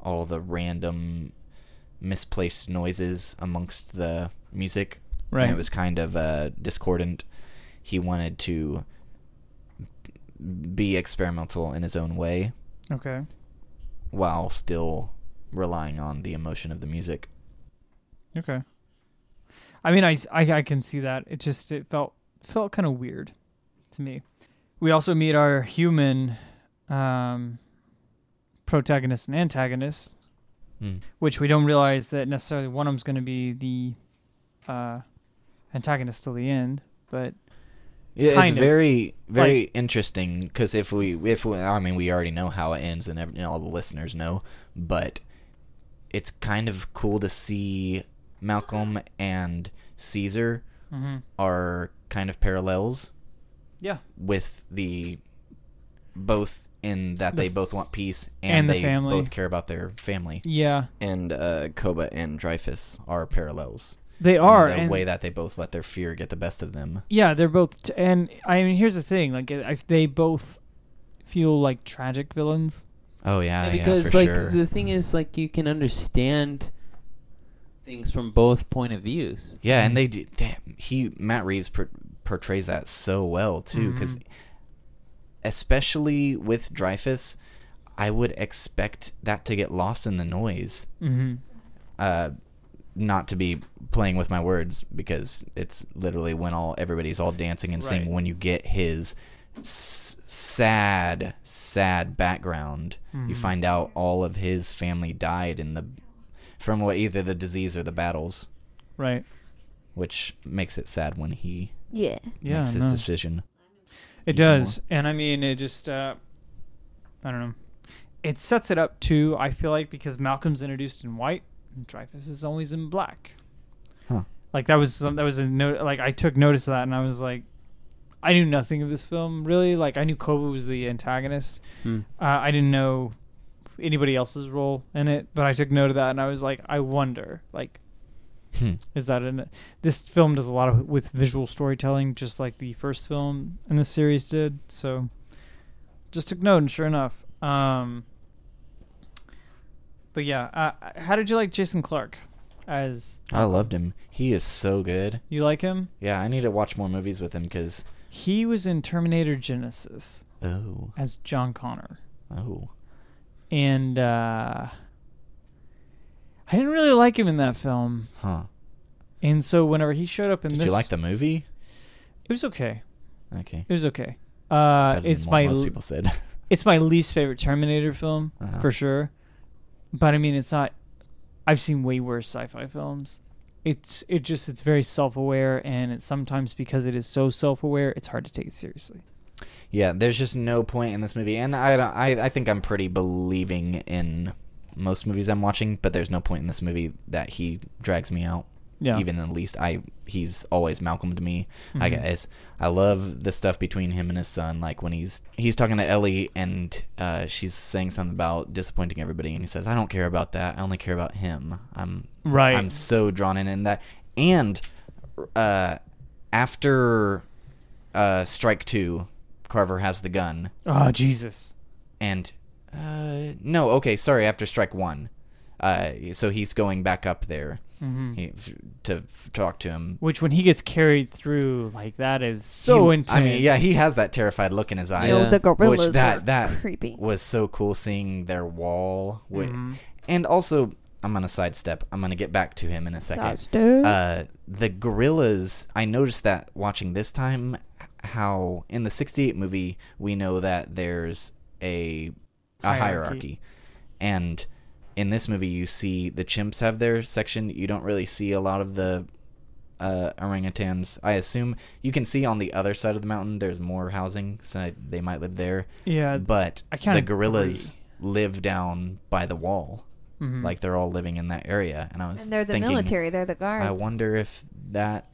all the random misplaced noises amongst the music. And
Right.
it was kind of uh, discordant. He wanted to be experimental in his own way
Okay.
while still relying on the emotion of the music.
Okay. I mean, I, s- I- I can see that. It just it felt felt kind of weird to me. We also meet our human um, protagonist and antagonist,
Mm.
which we don't realize that necessarily one of them's going to be the uh, antagonist till the end. But
Yeah,
Kind
it's
of.
very, very interesting 'cause interesting because if we, if we, I mean, we already know how it ends, and every, you know, all the listeners know, but it's kind of cool to see Malcolm and Caesar
Mm-hmm.
are kind of parallels
yeah,
with the both in that
The
they
f-
both want peace
and
and,
the
they
family.
both care about their family.
yeah,
And uh, Koba and Dreyfus are parallels.
they
in
are.
the
and-
way that they both let their fear get the best of them.
Yeah, they're both. T- and I mean, here's the thing: like, if they both feel like tragic villains.
Oh yeah,
because
yeah, for
like
sure.
the thing is like you can understand things from both point of views.
Yeah, and they do. Damn, he Matt Reeves per, portrays that so well too, because
Mhm.
especially with Dreyfus, I would expect that to get lost in the noise.
Mm-hmm.
Uh, not to be playing with my words because it's literally when all everybody's all dancing and singing
Right.
when you get his s- sad sad background you
Mhm.
find out all of his family died in the from what either the disease or the battles
Right.
which makes it sad when he
Yeah.
Yeah.
makes his
no.
decision.
It
even more.
does, and I mean, it just uh, I don't know. It sets it up too. I feel like because Malcolm's introduced in white, and Dreyfus is always in black.
Huh.
Like that was some, that was a no, like I took notice of that, and I was like, I knew nothing of this film really. Like I knew Koba was the antagonist.
Hmm.
Uh, I didn't know anybody else's role in it, but I took note of that, and I was like, I wonder, like,
Hmm.
is that in it? This film does a lot of with visual storytelling, just like the first film in the series did. So, just took note, and sure enough. Um, but yeah, uh, how did you like Jason Clark? As Uh-huh.
I loved him. He is so good.
you like him?
Yeah, I need to watch more movies with him because
He was in Terminator Genesis
Oh.
as John Connor.
Oh.
and uh, I didn't really like him in that film.
Huh.
And so whenever he showed up in
Did
this,
you like the movie?
it was okay.
Okay.
It was okay. Uh,
Better than
it's
what
my
most
l-
people said. *laughs*
it's my least favorite Terminator film
Uh-huh.
for sure. But I mean, it's not. I've seen way worse sci-fi films. It's it just it's very self-aware, and it's sometimes because it is so self-aware, it's hard to take it seriously.
Yeah, there's just no point in this movie, and I don't. I, I think I'm pretty believing in most movies I'm watching, but there's no point in this movie that he drags me out.
Yeah.
Even at least I, he's always Malcolm to me. I
Mhm.
guess I love the stuff between him and his son. Like when he's he's talking to Ellie, and uh, she's saying something about disappointing everybody, and he says, "I don't care about that. I only care about him. I'm
Right.
I'm so drawn in in that, and uh, after uh, Strike Two, Carver has the gun,
Oh Jesus.
and uh, no, okay, sorry, after Strike One, uh, so he's going back up there
Mhm.
he, f- to f- talk to him.
Which when he gets carried through, like that is so
He-
intense.
I mean, yeah, he has that terrified look in his eyes.
Yeah.
No, the gorillas
Which that
were
that
creepy.
was so cool seeing their wall, wi-
Mhm.
and also I'm gonna sidestep. I'm gonna get back to him in a second.
Mm-hmm.
Sidestep.
Uh, the gorillas. I noticed that watching this time, how in the '68 movie we know that there's a a
Hierarchy.
hierarchy, and in this movie you see the chimps have their section. You don't really see a lot of the uh, orangutans. I assume you can see on the other side of the mountain there's more housing, so they might live there.
Yeah,
but
I kinda
the gorillas live down by the wall.
Mhm.
Like they're all living in that area, and I was
and they're the
thinking,
military. They're the guards.
I wonder if that,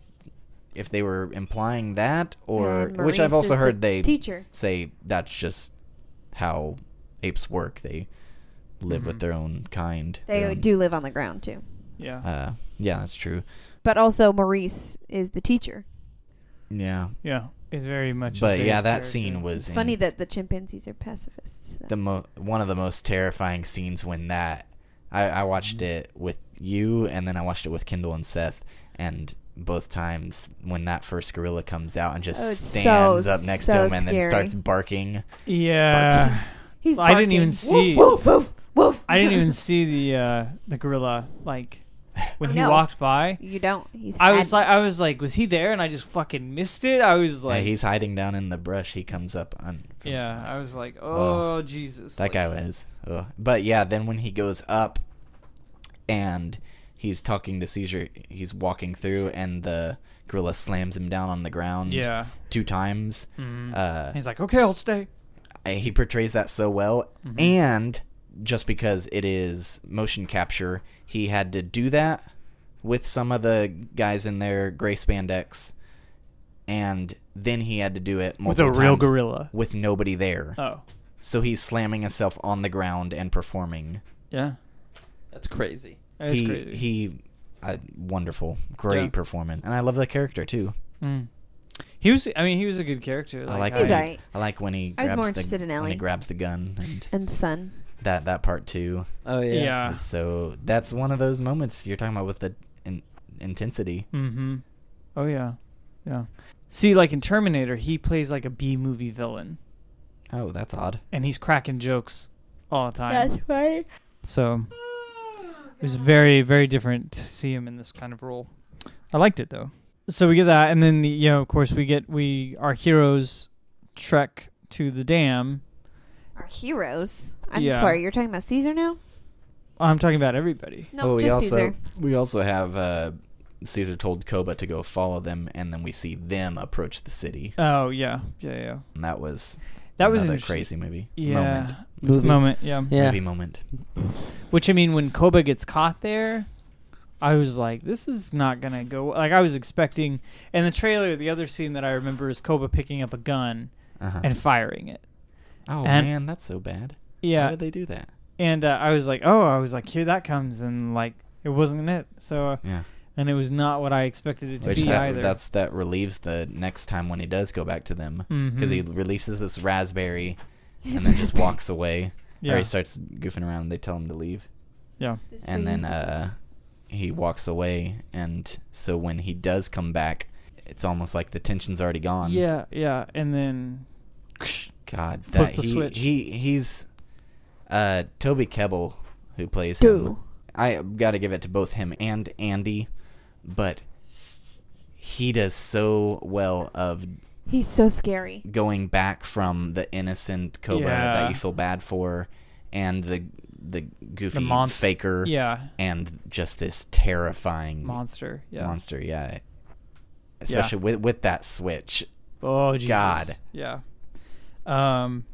if they were implying that, or
And
which I've
Maurice
also
is the
heard they
teacher.
say that's just how apes work. They live with their own kind.
Mm-hmm. They
their own-
do live on the ground too.
Yeah.
Uh, yeah, that's true.
But also Maurice is the teacher.
Yeah,
yeah. It's very much. a
but yeah,
serious
that
character.
scene was
It's
in
funny that the chimpanzees are pacifists.
the mo- one of the most terrifying scenes when that I, I
Mm-hmm.
watched it with you and then I watched it with Kendall and Seth and both times when that first gorilla comes out and just
Oh, it's
stands
so-
up next
so
to him and then
scary.
starts barking.
Yeah.
He's
I didn't
barking.
even see-
Woof, woof, woof, woof.
I didn't even see the uh, the gorilla like
*laughs*
when
Oh,
he
no.
walked by.
You don't. He's
I was
had-
like, I was like, was he there? And I just fucking missed it. I was
Like,
like,
he's hiding down in the brush. He comes up on. from-
yeah. I was like, oh,
Oh.
Jesus.
that
like-
guy was. ugh. But yeah, then when he goes up and he's talking to Caesar, he's walking through and the gorilla slams him down on the ground.
Yeah.
Two times.
Mhm.
Uh,
he's like, okay, I'll stay.
I- he portrays that so well
Mm-hmm.
and just because it is motion capture he had to do that with some of the guys in their gray spandex and then he had to do it
With a
multiple
real
times
gorilla.
with nobody there
Oh.
so he's slamming himself on the ground and performing
Yeah.
That's crazy.
That is
he
crazy.
he uh, wonderful great
Yeah.
performance and i love the character too
Mm. He was. I mean, he was a good character.
i like
I-
when
He's
he-
alright.
i like when he
I was
grabs
more
the-
interested in
when
Ellie.
he grabs the gun and
And the sun.
that that part too
Oh yeah.
Yeah.
So that's one of those moments you're talking about with the in- intensity.
Mm-hmm. Oh yeah. Yeah. See, like in Terminator, he plays like a B movie villain.
Oh, that's odd.
and he's cracking jokes all the time.
right.
So it was very, very different to see him in this kind of role. I liked it though. So we get that, and then the, you know, of course, we get we our heroes trek to the dam.
Our heroes. I'm
Yeah.
sorry. You're talking about Caesar now?
Oh, I'm talking about everybody.
No,
Oh,
just Caesar.
we also have uh, Caesar told Koba to go follow them, and then we see them approach the city.
Oh yeah, yeah, yeah.
And that was
That was
another
interesting.
crazy movie.
Yeah.
Moment.
Movie.
Moment, yeah.
Yeah.
Movie moment.
Which I mean, when Koba gets caught there, I was like, this is not gonna go. Like I was expecting. In the trailer, the other scene that I remember is Koba picking up a gun
Uh-huh.
and firing it.
oh
and-
man, that's so bad. Why
Yeah,
did they do that?
and uh, I was like, oh, I was like, here that comes, and like it wasn't it. So uh,
Yeah.
and it was not what I expected it to
Which
be
that,
either.
that's that relieves the next time when he does go back to them
Mm-hmm.
because he releases this raspberry
*laughs*
and then just walks away. Or
yeah,
he starts goofing around and they tell him to leave.
yeah,
This
and uh,
way.
then uh, he walks away. And so when he does come back, it's almost like the tension's already gone.
Yeah, yeah, and then
God,
Flip
that,
the
he,
switch.
he he's uh Toby Kebbell who plays him.
Dude.
I got to give it to both him and Andy, but he does so well of
He's so scary.
going back from the innocent Cobra
Yeah.
that you feel bad for and the the goofy
monst-
faker
yeah,
and just this terrifying
monster. Yeah.
monster, yeah. Especially with with that switch.
Oh Jesus.
God.
Yeah. Um,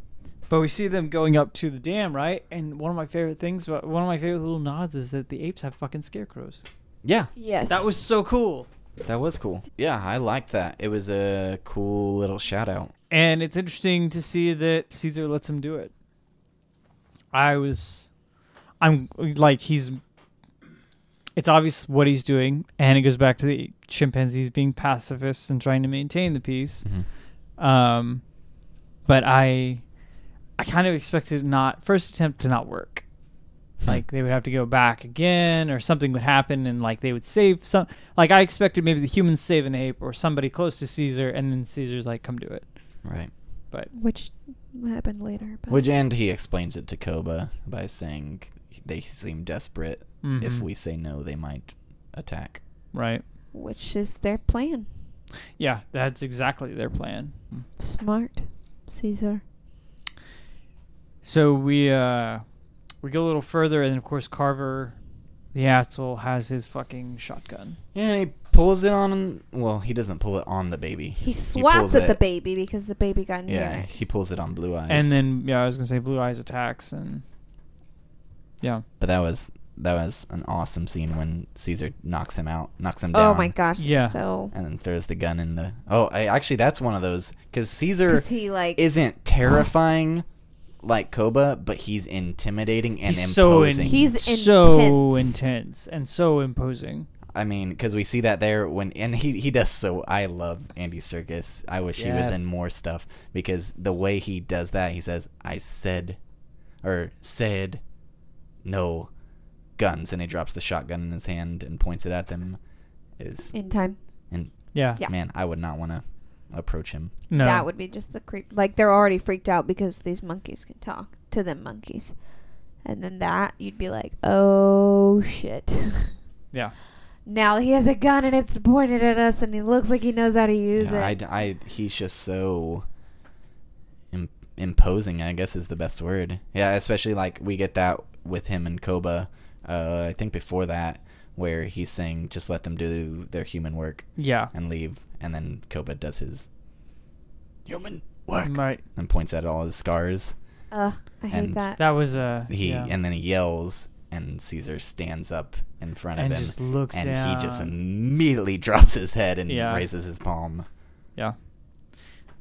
but we see them going up to the dam, right? And one of my favorite things, about one of my favorite little nods, is that the apes have fucking scarecrows.
Yeah.
Yes.
That was so cool.
That was cool. Yeah, I liked that. It was a cool little shout out.
And it's interesting to see that Caesar lets him do it. I was, I'm like he's. It's obvious what he's doing, and it goes back to the chimpanzees being pacifists and trying to maintain the peace.
Mm-hmm.
Um, but I, I kind of expected not first attempt to not work. Like they would have to go back again, or something would happen, and like they would save some. Like I expected, maybe the humans save an ape or somebody close to Caesar, and then Caesar's like, "Come do it."
Right.
But
which happened later. But
Which and he explains it to Koba by saying they seem desperate. If
Mhm.
we say no, they might attack.
right,
which is their plan?
yeah, that's exactly their plan.
Smart, Caesar.
So we uh we go a little further, and of course Carver, the asshole, has his fucking shotgun.
Yeah, and he pulls it on. Well, he doesn't pull it on the baby.
He
pulls
swats at the
it-
baby because the baby got near
Yeah,
it.
he pulls it on Blue Eyes.
And then yeah, I was gonna say Blue Eyes attacks, and yeah,
but that was that was an awesome scene when Caesar knocks him out, knocks him down.
Oh my gosh!
Yeah.
So
And then throws the gun in the. Oh, I, actually, that's one of those because Caesar
because he like
isn't terrifying like Koba, but he's intimidating and
he's so in,
imposing.
He's
so
intense.
intense and so imposing.
I mean, because we see that there when and he he does so. I love Andy Circus. I wish he
Yes.
was in more stuff because the way he does that, he says, "I said," or said, "No guns," and he drops the shotgun in his hand and points it at them. Is
in time.
and
Yeah,
Yeah.
man, I would not want to approach him.
no,
That would be just the creep. Like they're already freaked out because these monkeys can talk to them monkeys, and then that you'd be like, oh shit. *laughs*
yeah,
now he has a gun and it's pointed at us, and he looks like he knows how to use
Yeah,
it.
I, I- he's just so Im- imposing, I guess is the best word. Yeah, especially like we get that with him and Koba. Uh, I think before that, where he's saying just let them do their human work
yeah,
and leave, and then Koba does his human work
right.
and points at all his scars.
Ugh, I hate
And
that.
That was a
He
yeah.
and then he yells, and Caesar stands up in front of
And
him
just looks
and he just
down.
immediately *laughs* drops his head and
Yeah.
raises his palm.
Yeah.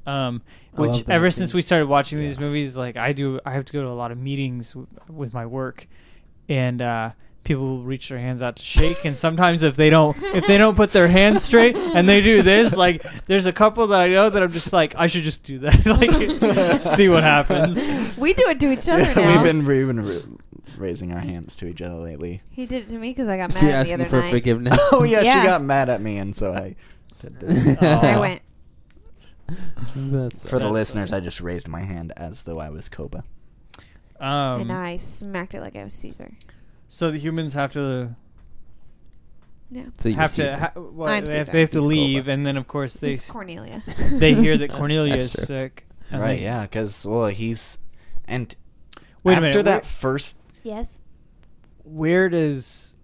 Um,
I
which
love that
ever
too.
since we started watching these
Yeah.
movies, like I do, I have to go to a lot of meetings w- with my work, and uh, people will reach their hands out to shake. and sometimes if they don't, if they don't put their hands straight and they do this, like there's a couple that I know that I'm just like I should just do that, *laughs*
*laughs*
*laughs*
like see what happens.
we do it to each other
Yeah,
now.
*laughs* We've been, we've been ra- raising our hands to each other lately.
he did it to me because I got mad
If you're
at the
asking
other
for
night.
forgiveness.
*laughs* Oh yeah,
Yeah.
she got mad at me, and so *laughs* I did this.
Aw.
*laughs* I went.
*laughs* That's
For the
That's
listeners,
funny.
I just raised my hand as though I was Koba.
Um,
and I smacked it like I was Caesar.
so the humans have to
Yeah.
so you're
have to
Caesar.
ha- well,
I'm
they, have,
Caesar.
they have to
He's
leave,
Cobra.
and then of course they
It's
s-
Cornelia. *laughs*
they hear that Cornelia is
That's true.
sick. and
Right?
they-
Yeah, because well, he's and
Wait a
after
minute,
that
wait-
first,
yes.
where does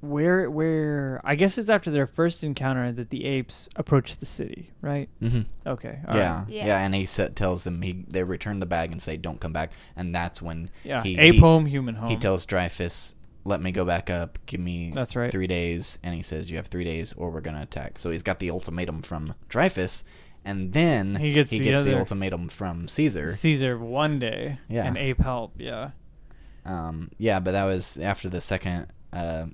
where where I guess it's after their first encounter that the apes approach the city, right?
Mhm.
Okay. all
yeah,
right.
Yeah.
yeah, and he sa tells them he they return the bag and say don't come back, and that's when
Yeah.
he,
ape
he-
home, human home.
He tells Dreyfus, "Let me go back up. Give me
Uh-huh. That's right.
three days." And he says, "You have three days, or we're gonna attack." So he's got the ultimatum from Dreyfus, and then
He gets the
the
other-
ultimatum from Caesar.
Caesar one day.
Yeah.
And ape help, yeah.
Um, yeah, but that was after the second uh,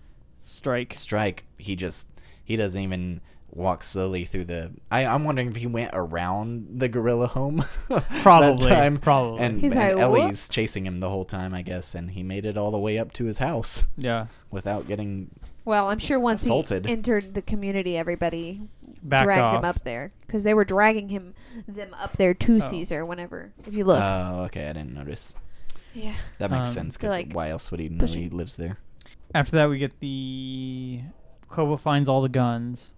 Strike.
strike. He just he doesn't even walk slowly through the. I, I'm wondering if he went around the gorilla home. *laughs* that
Probably,
time.
probably.
And,
He's
and
like,
Ellie's chasing him the whole time, I guess, and he made it all the way up to his house *laughs*
Yeah.
without getting
Well, I'm sure once
Assaulted.
he entered the community, everybody
Backed
dragged
off.
him up there because they were dragging him them up there to
Oh.
Caesar. Whenever, if you look,
Oh, okay. I didn't notice.
yeah,
That makes
Um,
sense
They're
because
like
why else would he know
pushing.
he lives there?
After that, we get the Koba finds all the guns,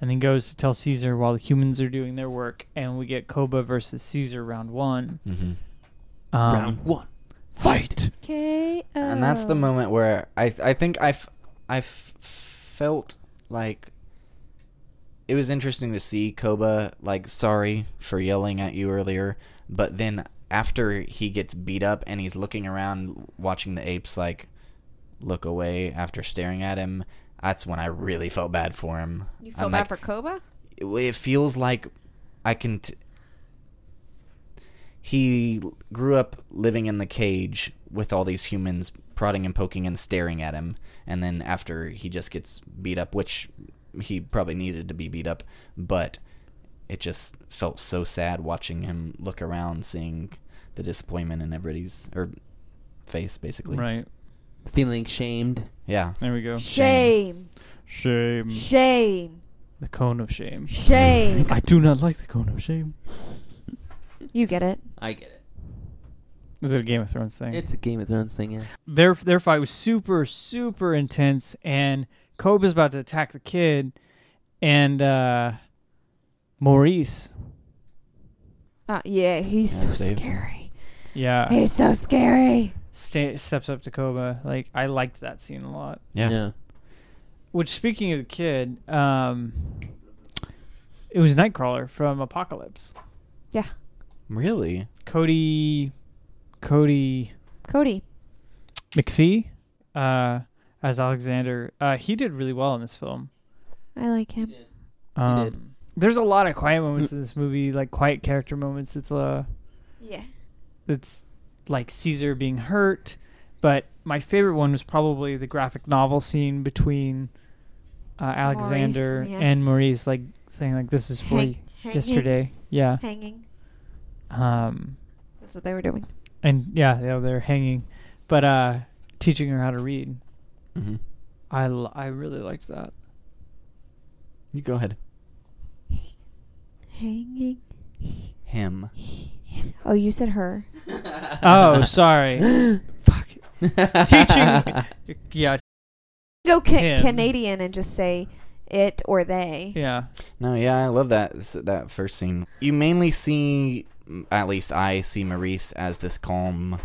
and then goes to tell Caesar while the humans are doing their work, and we get Koba versus Caesar round one.
Uh,
Mm-hmm.
Um,
one, fight.
okay.
And that's the moment where I I think I f- I f- felt like it was interesting to see Koba like sorry for yelling at you earlier, but then after he gets beat up and he's looking around watching the apes like look away after staring at him, that's when I really felt bad for him.
You
I'm
feel
like,
bad for Koba?
it, it feels like I can. T- he l- grew up living in the cage with all these humans prodding and poking and staring at him, and then after he just gets beat up, which he probably needed to be beat up, but it just felt so sad watching him look around, seeing the disappointment in everybody's or face, basically.
Right.
Feeling shamed.
Yeah.
There we go.
Shame,
Shame.
shame,
The cone of
Mm.
shame.
*laughs*
shame.
I do not like the cone of shame.
you get it.
I get it.
Is it a Game of Thrones thing?
It's a Game of Thrones thing, yeah.
their their fight was super super intense and Koba's about to attack the kid and uh Maurice
Uh, yeah, he's
Yeah, it
so
saves him. Uh,
scary.
yeah
He's so scary.
sta- steps up to Koba like I liked that scene a lot
Yeah.
which speaking of the kid um it was Nightcrawler from Apocalypse
Really?
Cody Cody
Cody.
McPhee uh as Alexander uh he did really well in this film
I like him.
*laughs*
um
did.
there's a lot of quiet moments in this movie like quiet character moments it's uh
Yeah.
it's like Caesar being hurt. But my favorite one was probably the graphic novel scene between uh, Alexander
yeah.
and Maurice, like saying like this is for
Hang-
you
hang-
yesterday. Yeah.
Hanging.
Um.
That's what they were doing.
And yeah, they they're hanging, but uh, teaching her how to read.
Mm-hmm.
I l- I really liked that.
You go ahead.
Hanging.
Him.
Oh, you said her.
Oh,
*laughs*
sorry. Fuck. Teaching. Yeah.
Go ca-
Him.
Canadian and just say it or they.
Yeah.
No, yeah, I love that s- that first scene. You mainly see, m- at least I see Maurice as this calm,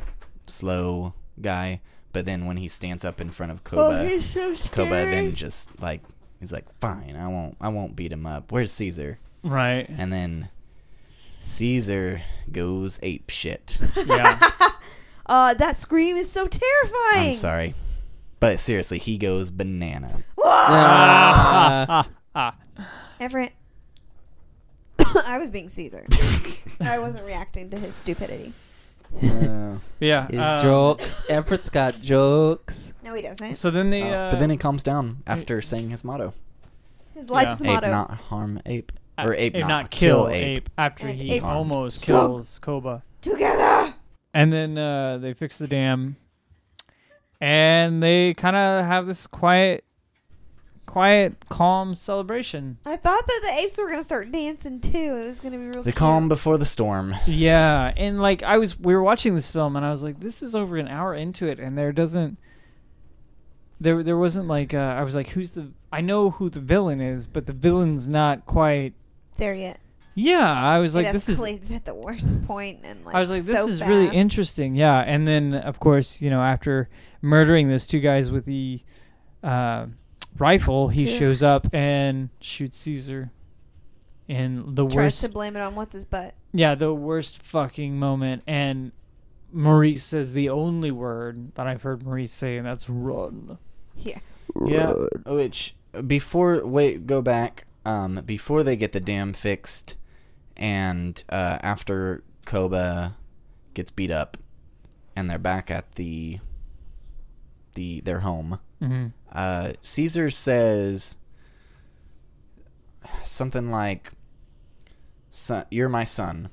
slow guy, but then when he stands up in front of
Oh,
Koba,
so
Koba then just like he's like, "Fine, I won't, I won't beat him up." Where's Caesar?
Right.
And then Caesar goes ape shit.
Yeah.
Uh, that scream is so terrifying.
I'm sorry, but seriously, he goes
*laughs*
banana.
Ah.
Everett. *coughs* I was
*laughs*
being Caesar. I wasn't reacting to his stupidity.
*laughs*
Uh,
yeah.
His
um,
jokes. Everett's got jokes.
No, he doesn't.
So then they.
Oh,
uh,
but then he calms down after saying his motto.
his life's
life's
Ape
motto.
not harm ape.
Uh,
Or ape, not,
kill, ape. after
And
he
ape.
almost
Stop.
kills Koba.
Together.
And then uh, they fix the dam, and they kind of have this quiet, quiet, calm celebration.
I thought that the apes were gonna start dancing too. It was gonna be real.
The
cute.
calm before the storm.
Yeah, and like I was, we were watching this film, and I was like, this is over an hour into it, and there doesn't. There, there wasn't like uh, I was like, who's the? I know who the villain is, but the villain's not quite.
there yet.
Yeah, I was like,
it
this is
escalates at the worst point, and like
I was like, this
so
is really
fast.
interesting. Yeah. And then, of course, you know, after murdering those two guys with the uh, rifle, he
Yeah.
shows up and shoots Caesar in the
Tries to
worst,
blame it on what's his butt.
yeah, the worst fucking moment. And Maurice says the only word that I've heard Maurice say, and that's run.
Yeah.
Yeah, which before wait go back um before they get the dam fixed and uh after Koba gets beat up and they're back at the the their home
Mm-hmm.
uh Caesar says something like son, you're my son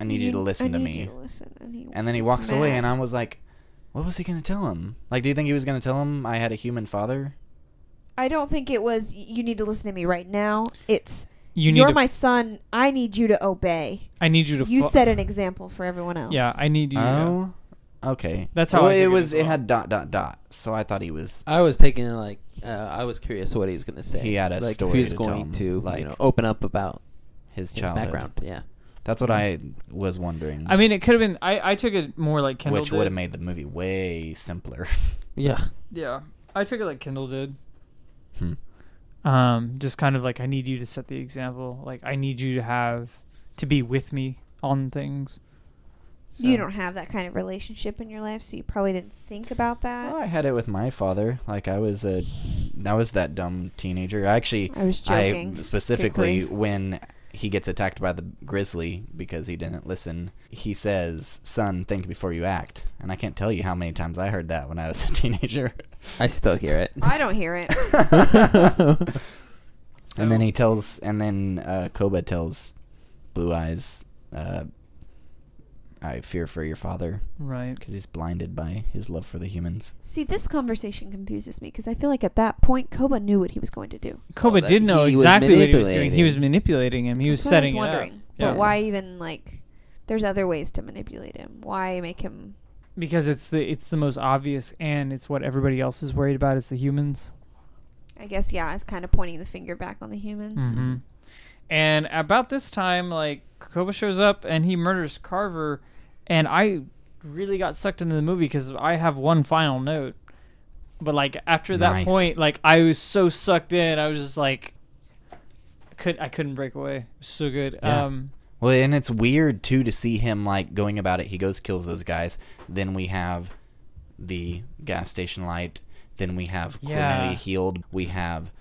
I need you to listen
Mm-hmm. I
to
need
me
You to listen. And, he
and then he
gets
walks away,
mad.
and I was like, "What was he gonna tell him? Like, do you think he was gonna tell him I had a human father?"
I don't think it was. y- You need to listen to me right now. It's
You need
you're
to,
my son. I need you to obey.
I need you to
You
fo-
set an example for everyone else.
Yeah, I need you. to
Oh, okay.
That's how
well,
I
it
figured
was.
as
It
well.
had dot dot dot. So I thought he was.
I was taking it like uh, I was curious what he was going to say.
He had a
like if
story
he was
to tell
going
him,
to
like,
you know open up about
His
his
child
background. Yeah,
That's what I was wondering.
I mean, it could have been. I, I took it more like Kindle
which
did.
would have made the movie way simpler. *laughs*
yeah.
Yeah, I took it like Kindle did.
Hmm.
Um, just kind of like I need you to set the example. Like I need you to have to be with me on things.
You
So-
don't have that kind of relationship in your life, so you probably didn't think about that.
Well, I had it with my father. Like I was a, I was that dumb teenager. I actually,
I was joking.
I
Good
specifically
grief.
when he gets attacked by the grizzly because he didn't listen. He says, "Son, think before you act." And I can't tell you how many times I heard that when I was a *laughs*
*laughs*
teenager.
I still hear
*laughs*
it.
I don't hear it. *laughs*
and then he tells, and then uh, Koba tells Blue Eyes, uh, "I fear for your father
Right.
because he's blinded by his love for the humans."
See, this conversation confuses me because I feel like at that point Koba knew what he was going to do.
Koba
that
did know
he was
exactly what he was doing. He
manipulating.
was manipulating him. He was
That's what I
setting
was
it
wondering.
up.
But why even like? There's other ways to manipulate him. Why make him?
Because it's the it's the most obvious, and it's what everybody else is worried about. It's the humans.
I guess yeah, it's kind of pointing the finger back on the humans.
hmm And about this time, like Koba shows up and he murders Carver, and I really got sucked into the movie because I have one final note. But like after that
Nice.
point, like I was so sucked in, I was just like, could I couldn't break away. It was so good.
Yeah.
Um,
Well, and it's weird too to see him like going about it. He goes kills those guys. Then we have the gas station light. Then we have
Yeah.
Cornelia healed. We have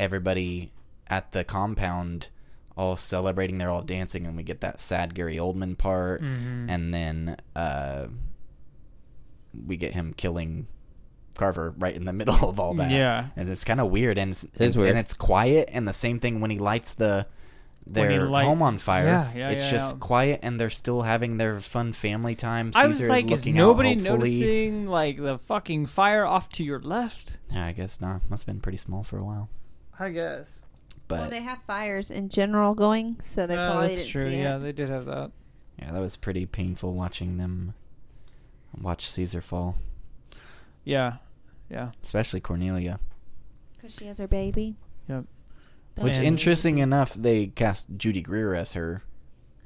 everybody at the compound all celebrating. They're all dancing, and we get that sad Gary Oldman part.
Mm-hmm.
And then uh, we get him killing Carver right in the *laughs* middle of all that.
Yeah.
and it's kind of weird, and it's,
is weird.
and it's quiet. And the same thing when he lights the
When he
their
light-
home on fire.
Yeah, yeah,
it's
yeah,
just
yeah.
quiet, and they're still having their fun family time. Caesar
I was like, is
looking
nobody
out, hopefully.
noticing like the fucking fire off to your left?
Yeah, I guess not. Must have been pretty small for a while,
I guess.
but
Well, they have fires in general going, so
Oh,
they probably
Uh, that's
didn't
true.
see
Yeah,
it.
they did have that.
yeah, that was pretty painful watching them watch Caesar fall,
Yeah, yeah.
especially Cornelia.
because she has her baby.
Which,
And-
interesting enough, they cast Judy Greer as her.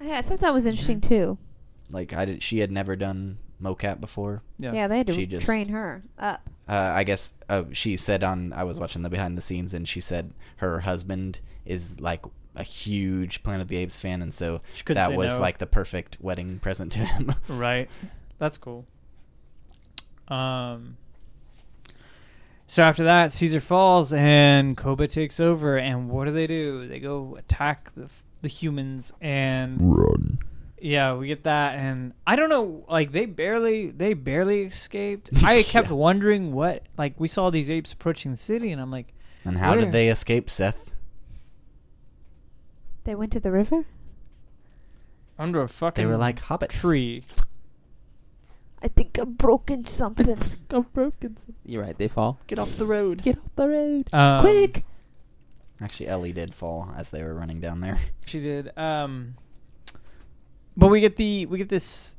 Oh, I, I thought that was interesting
Mm-hmm.
too.
Like I did, she had never done mocap before.
Yeah.
Yeah, they had
She
to
just-
train her up.
uh, I guess uh, she said on I was watching the behind the scenes and she said her husband is like a huge Planet of the Apes fan and so
She couldn't
that
say
was
no.
like the perfect wedding present to him.
*laughs* Right. That's cool. Um So after that, Caesar falls and Koba takes over and what do they do? They go attack the f- the humans and
Run.
yeah, we get that and I don't know like they barely they barely *laughs* escaped. I kept
Yeah.
wondering what like we saw these apes approaching the city and I'm like
And how
Where?
did they escape, Seth?
They went to the river.
under a fucking
They were like hobbits.
tree.
I think I've broken
*laughs*
something.
You're right. They fall.
Get off the road.
Get off the road.
Um,
Quick!
Actually, Ellie did fall as they were running down there.
She did. Um, but we get the we get this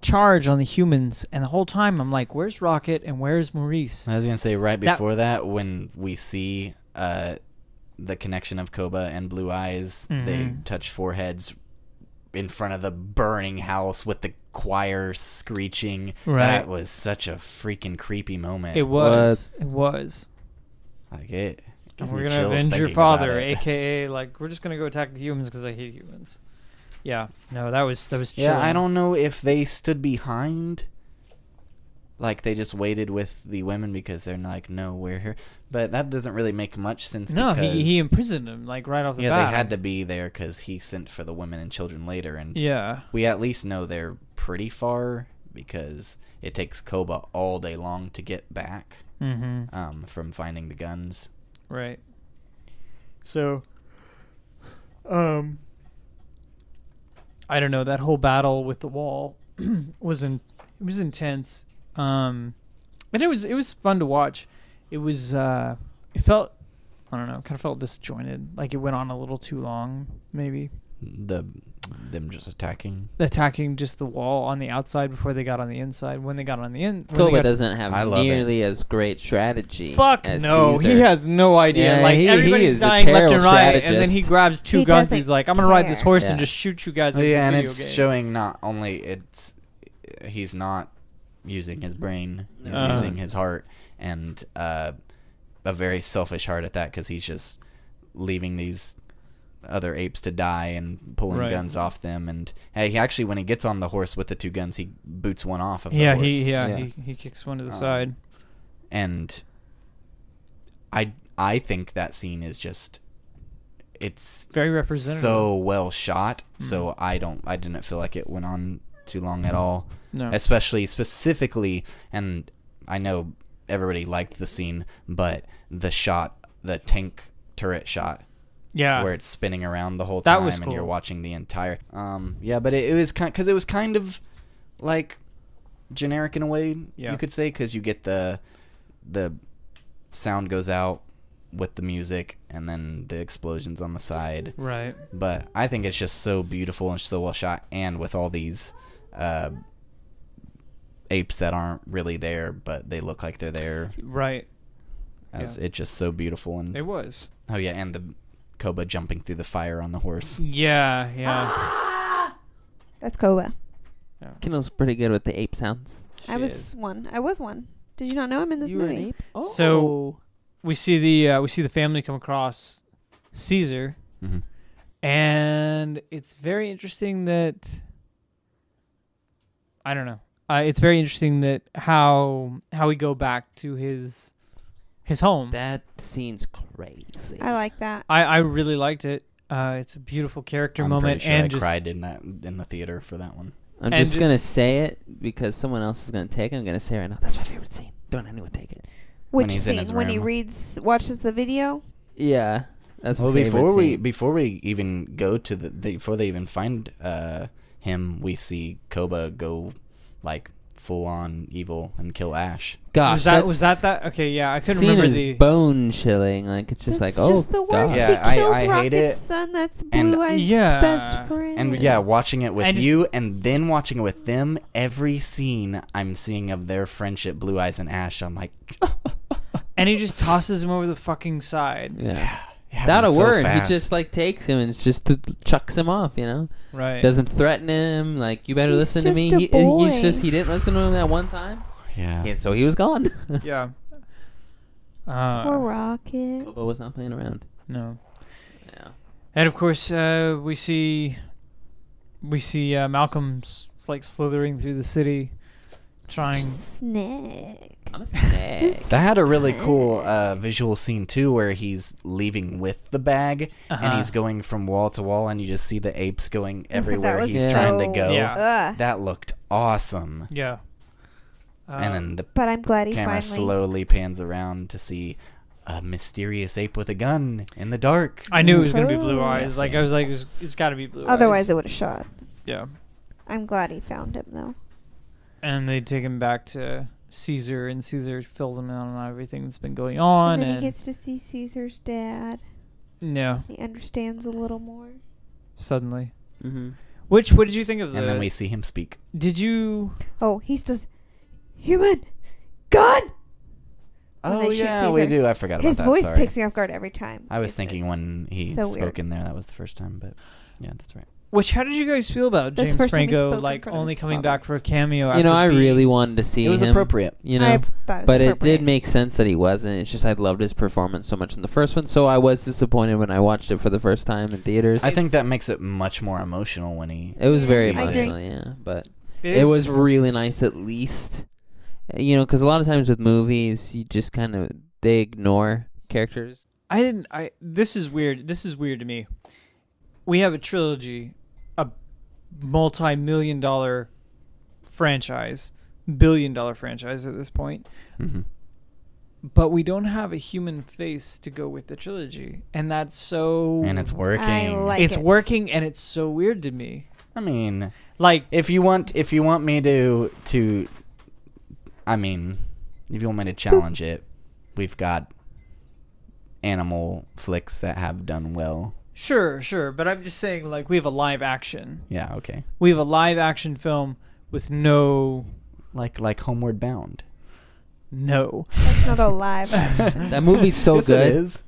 charge on the humans, and the whole time I'm like, "Where's Rocket and where's Maurice?"
I was gonna say right
That-
before that, when we see uh, the connection of Koba and Blue Eyes, they
Mhm.
touch foreheads in front of the burning house with the choir screeching.
Right.
That was such a freaking creepy moment.
It was. It was.
like it.
And
gives
we're
me
gonna
chills
avenge your
thinking about
father,
it. *laughs*
aka like we're just gonna go attack the humans because I hate humans. Yeah. No, that was that was.
Yeah, I
chilling.
don't know if they stood behind. Like they just waited with the women because they're like, no, we're here. But that doesn't really make much sense.
No,
because
he he imprisoned him like right off the
yeah,
bat.
they had to be there because he sent for the women and children later, and
Yeah.
we at least know they're pretty far because it takes Koba all day long to get back
Mm-hmm.
um, from finding the guns.
Right. So, um, I don't know. That whole battle with the wall *clears throat* was in it was intense. Um, but it was it was fun to watch. It was uh, it felt I don't know, kind of felt disjointed. Like it went on a little too long, maybe.
The them just attacking.
Attacking just the wall on the outside before they got on the inside. When they got on the in, when they
Koba
got-
doesn't have
I love it.
nearly as great strategy.
Fuck
as
no, he
Caesar.
has no idea.
Yeah,
like
he- he
everybody's
is a
dying left and
terrible
right, and then he
strategist.
grabs two
He
guns.
doesn't
He's like, "I'm gonna ride this
care.
horse and
Yeah.
just shoot you guys."
Oh,
like a
yeah, and
video
it's
game.
showing not only it's he's not using his brain, he's
Uh-huh.
using his heart, and uh, a very selfish heart at that because he's just leaving these other apes to die and pulling
Right.
guns off them. And hey, he actually, when he gets on the horse with the two guns, he boots one off of the
Yeah,
horse.
he yeah,
Yeah. Uh,
He, he kicks one to the
Um,
side.
and I I think that scene is just it's
Very representative.
so well shot. So I don't, I didn't feel like it went on too long at all.
Mm-hmm. no,
Especially, specifically, and I know everybody liked the scene, but the shot, the tank turret shot,
yeah,
where it's spinning around the whole
That
time,
was
and you're
cool.
watching the entire. Um, yeah, but it, it was kind because it was kind of like generic in a way
Yeah.
you could say because you get the the sound goes out with the music and then the explosions on the side
right.
but I think it's just so beautiful and so well shot, and with all these uh, apes that aren't really there, but they look like they're there.
Right.
As
Yeah.
It's just so beautiful, and
It was.
oh yeah, and the Koba jumping through the fire on the horse.
Yeah, yeah.
That's Koba.
Kendall's pretty good with the ape sounds.
*gasps* I was one. I was one. Did you not know I'm in this
You were an
movie?
ape? Oh.
So- We see the uh, we see the family come across Caesar,
Mm-hmm.
Mhm.
and it's very interesting that I don't know. Uh, it's very interesting that how how we go back to his his home.
that scene's crazy.
I like that.
I I really liked it. Uh, it's a beautiful character
I'm
moment,
pretty sure
and
I
just
cried in that in the theater for that one.
I'm
And
just, gonna
just-
say it because someone else is gonna take it. I'm gonna say it right now. That's my favorite scene. Don't anyone take it.
Which
he's in
scene?
his
when he
room.
reads, watches the video.
Yeah, that's
well,
my favorite
before we
scene.
before we even go to the, the before they even find uh, him, we see Koba go like full on evil and kill Ash.
gosh,
Ah,
was that
that's-
was that that? Okay, yeah, I couldn't
scene
remember
is
the.
bone chilling. Like it's just
That's
like oh,
just the worst.
God.
Yeah, I-
he kills
I hate
Rocket's
it.
son. That's
And-
Blue Eyes'
Yeah.
best friend.
And yeah, watching it with
And Mm. just-
you and then watching it with them, every scene I'm seeing of their friendship, Blue Eyes and Ash, I'm like,
And he just tosses him over the fucking side.
yeah.
"Yeah,
Without a
"Ah, so
word,
fast."
he just like takes him and just th- chucks him off. You know,
Right.
doesn't threaten him. Like you better
He's
listen to me.
just a
He, uh, he's
boy.
just he didn't listen to him that one time,
yeah.
and so he was gone. *laughs*
yeah. Uh,
Poor Rocket.
Bobo was not playing
*laughs*
around.
No.
Yeah.
And of course, uh, we see we see uh, Malcolm's like slithering through the city, trying.
Snake.
I'm
*laughs*
a snake.
That had a really cool uh, visual scene too, where he's leaving with the bag and
Uh-huh.
he's going from wall to wall, and you just see the apes going everywhere
*laughs* that was
he's
Yeah.
trying
so-
to go.
Yeah.
Ugh.
That looked awesome.
Yeah. Uh,
and then the
But I'm glad he
camera
finally.
slowly pans around to see a mysterious ape with a gun in the dark.
I knew it was gonna be blue
Ooh.
eyes.
Yeah,
like I
same.
was like, it's, it's got to be blue.
Otherwise,
eyes.
it would have shot.
yeah.
I'm glad he found him though.
And they take him back to Caesar, and Caesar fills him in on everything that's been going on.
and then
and-
he gets to see Caesar's dad.
yeah,
He understands a little more.
suddenly.
mm-hmm.
Which what did you think of the?
and
uh,
then we see him speak.
did you?
Oh, he says, "Human, gun." when
Oh
they shoot
yeah, we
Caesar.
do. I forgot
His
about that.
voice
Sorry.
takes me off guard every time.
I was
It's-
thinking when he
so
spoke
weird.
in there, that was the first time. But yeah, that's right.
Which how did you guys feel about
That's the
James
first time he
Franco
spoke in
like
front of
only
his
coming
father.
back for a cameo?
You know, I
after being-
really wanted to see
it was
him.
appropriate.
You know,
I thought it was
but it did
appropriate.
make sense that he wasn't. It's just I loved his performance so much in the first one, so I was disappointed when I watched it for the first time in theaters.
I think that makes it much more emotional when he.
it was very
I agree.
emotional, yeah. But
It
it
is-
was really nice, at least. Uh, You know, because a lot of times with movies, you just kind of they ignore characters.
I didn't. I. This is weird. This is weird to me. We have a trilogy, a multi-million dollar franchise, billion dollar franchise at this point, Mm-hmm.
Mhm.
but we don't have a human face to go with the trilogy, and that's so.
And it's working.
I like
it's
it.
working, and it's so weird to me.
I mean,
Like
if you want, if you want me to, to, I mean, if you want me to challenge it, we've got animal flicks that have done well.
Sure, sure, but I'm just saying like we have a live action.
Yeah, okay.
We have a live action film with no
Like like Homeward Bound.
no.
That's not a live
*laughs*
action.
*laughs* That movie's so
Yes,
good.
It is.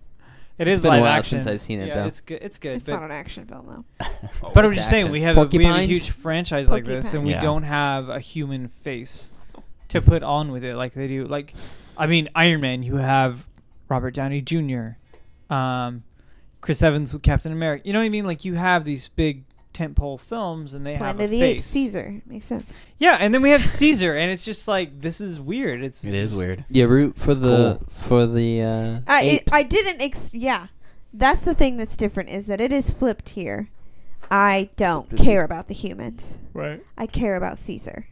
It is
It's been a
live
while
action.
since I've seen it,
yeah,
though.
It's good. It's good.
It's
but
not an action film though.
but I'm just saying we have a, we have a
Porcupines?
huge franchise like this, and we
Porcupines. Oh, Yeah.
don't have a
*laughs*
human face to put on with it like they do. Like, I mean, Iron Man, you have Robert Downey Jr., um, Chris Evans with Captain America. You know what I mean? Like, you have these big tentpole films, and they
Planet
have a
of the
face.
Apes, Caesar makes sense.
Yeah, and then we have Caesar, and it's just like this is weird. It's
It is weird.
You root for the for the uh,
I it,
apes.
I didn't ex- yeah. That's the thing that's different is that it is flipped here. I don't
Flipped it
care
is-
about the humans.
right.
I care about Caesar.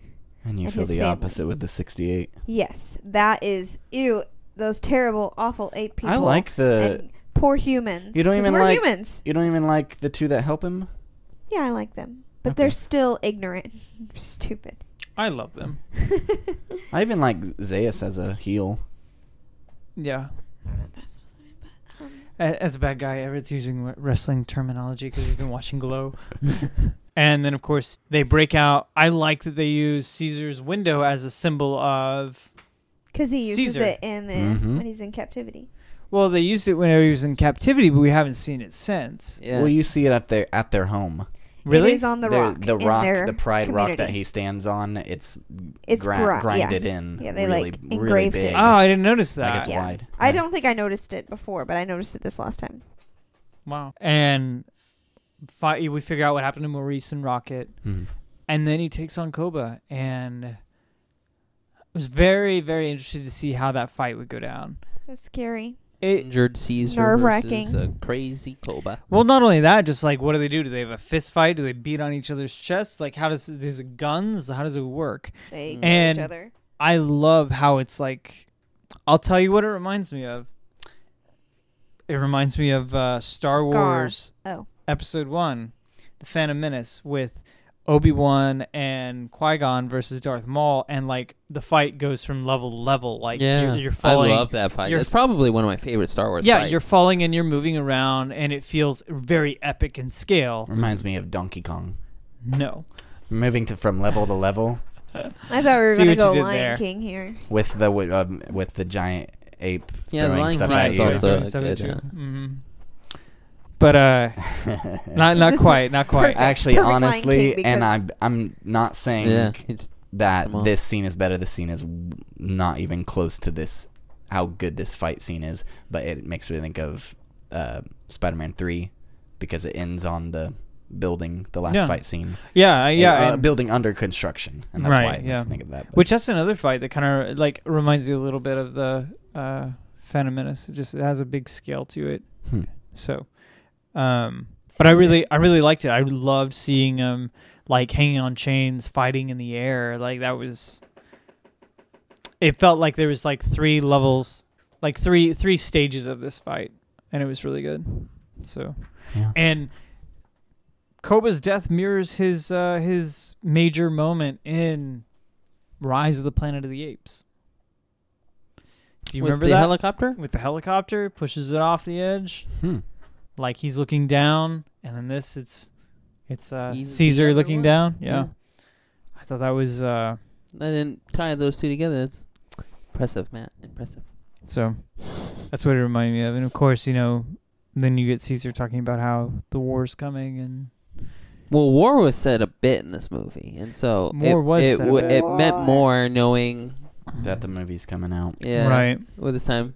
And you
And
feel
his
the
family.
opposite with the 68.
Yes, that is ew. Those terrible, awful ape people.
I like the
and poor humans.
You don't
'cause
even
we're
like-
humans.
You don't even like the two that help him?
Yeah, I like them, but
Okay.
they're still ignorant, *laughs* stupid.
I love them.
*laughs*
I even like Zaius as a heel.
Yeah.
That's supposed to be, but, um,
A- As a bad guy, Everett's using wh- wrestling terminology because he's been watching Glow. and then, of course, they break out. I like that they use Caesar's window as a symbol of.
Because he uses
Caesar.
it in the,
Mhm.
when he's in captivity.
Well, they used it whenever he was in captivity, but we haven't seen it since.
yeah.
Well, you see it at their at their home.
Really?
It is on the
Their-
rock.
the
in
rock,
their
the pride rock that
community.
he stands on. It's
It's
gra-
gra-
grinded
yeah.
in.
Yeah, they,
really,
like,
really
engraved it.
big.
oh,
Ah,
I didn't notice that.
Like it's
Yeah.
wide.
I don't think I noticed it before, but I noticed it this last time.
Wow. And fi- we figure out what happened to Maurice and Rocket.
Mhm.
And then he takes on Koba. And I was very, very interested to see how that fight would go down.
That's scary.
It,
injured Caesar
Nerve-wracking.
versus a crazy Koba.
Well, not only that, just like what do they do? Do they have a fist fight? Do they beat on each other's chests? Like how does these guns? How does it work?
They
Mm.
kill
And-
each other.
I love how it's like. I'll tell you what it reminds me of. It reminds me of uh, Star
Scar.
Wars
Oh.
Episode One, The Phantom Menace, with Obi Wan and Qui Gon versus Darth Maul, and like the fight goes from level to level. Like
yeah,
you're, you're falling.
I love that fight.
you're-
It's probably one of my favorite Star Wars.
yeah,
fights.
you're falling and you're moving around, and it feels very epic in scale.
Reminds me of Donkey Kong.
No.
Moving to from level to level
I thought we were
See
going to go
what you did
Lion
there.
King here.
with the wi- um, with the giant ape
Yeah,
throwing
Lion
stuff
King
at
is
you.
also-
Doing
a
stuff
good,
at you.
uh,
Mhm. But uh, not not
This is
quite, not quite.
*laughs*
perfect.
Actually,
Perfect Lion
honestly,
King
and
because-
I'm I'm not saying
yeah. It's-
that
Samoa.
this scene is better. This scene is w- not even close to this. How good this fight scene is, but it makes me think of uh, Spider-Man Three because it ends on the building, the last
Yeah.
fight scene.
Yeah, yeah.
a,
and-
building under construction, and that's why
Right,
I
yeah.
think of that. but-
which that's another fight that kind of like reminds you a little bit of the uh, Phantom Menace. It just it has a big scale to it.
Hmm.
So, um, but I really I really liked it. I loved seeing him like hanging on chains, fighting in the air. Like that was. It felt like there was like three levels, like three three stages of this fight, and it was really good. So.
Yeah.
and Koba's death mirrors his uh, his major moment in Rise of the Planet of the Apes. Do you
with
remember
the
that?
helicopter?
With the helicopter, pushes it off the edge,
Hmm.
like he's looking down, and in this, it's it's uh,
He's the
Caesar
other
looking
one?
down. Yeah. I thought that was uh,
I didn't tie those two together. It's impressive, Matt. Impressive.
so. That's what it reminded me of, and of course, you know, then you get Caesar talking about how the war's coming, and
Well, war was said a bit in this movie, and so
More
it,
was
it,
said a
w- it
bit.
meant more knowing.
that the movie's coming out.
Yeah,
right,
Well, this time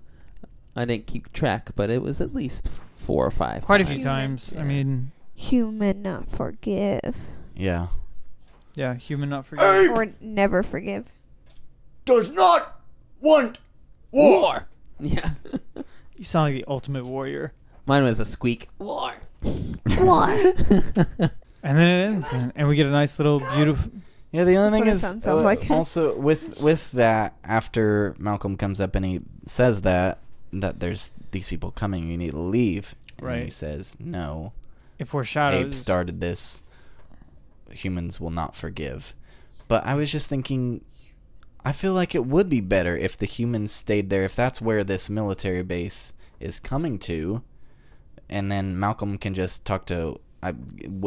I didn't keep track, but it was at least four or five.
quite a few
times.
times. I
Yeah.
mean,
Human not forgive.
Yeah.
Yeah, human not forgetting.
Or never forgive.
Does not want
war. *laughs* Yeah,
You sound like the ultimate warrior.
mine was a squeak. War.
What?
And then it ends, and, and we get a nice little beautiful.
Yeah, the only
That's
thing
what it
is
sounds- sounds
uh,
like. *laughs*
also with with that after Malcolm comes up and he says that that there's these people coming, you need to leave. And he
Right.
says, "No,
It foreshadows.
ape started this. Humans will not forgive." But I was just thinking, I feel like it would be better if the humans stayed there. If that's where this military base is coming to, and then Malcolm can just talk to. I,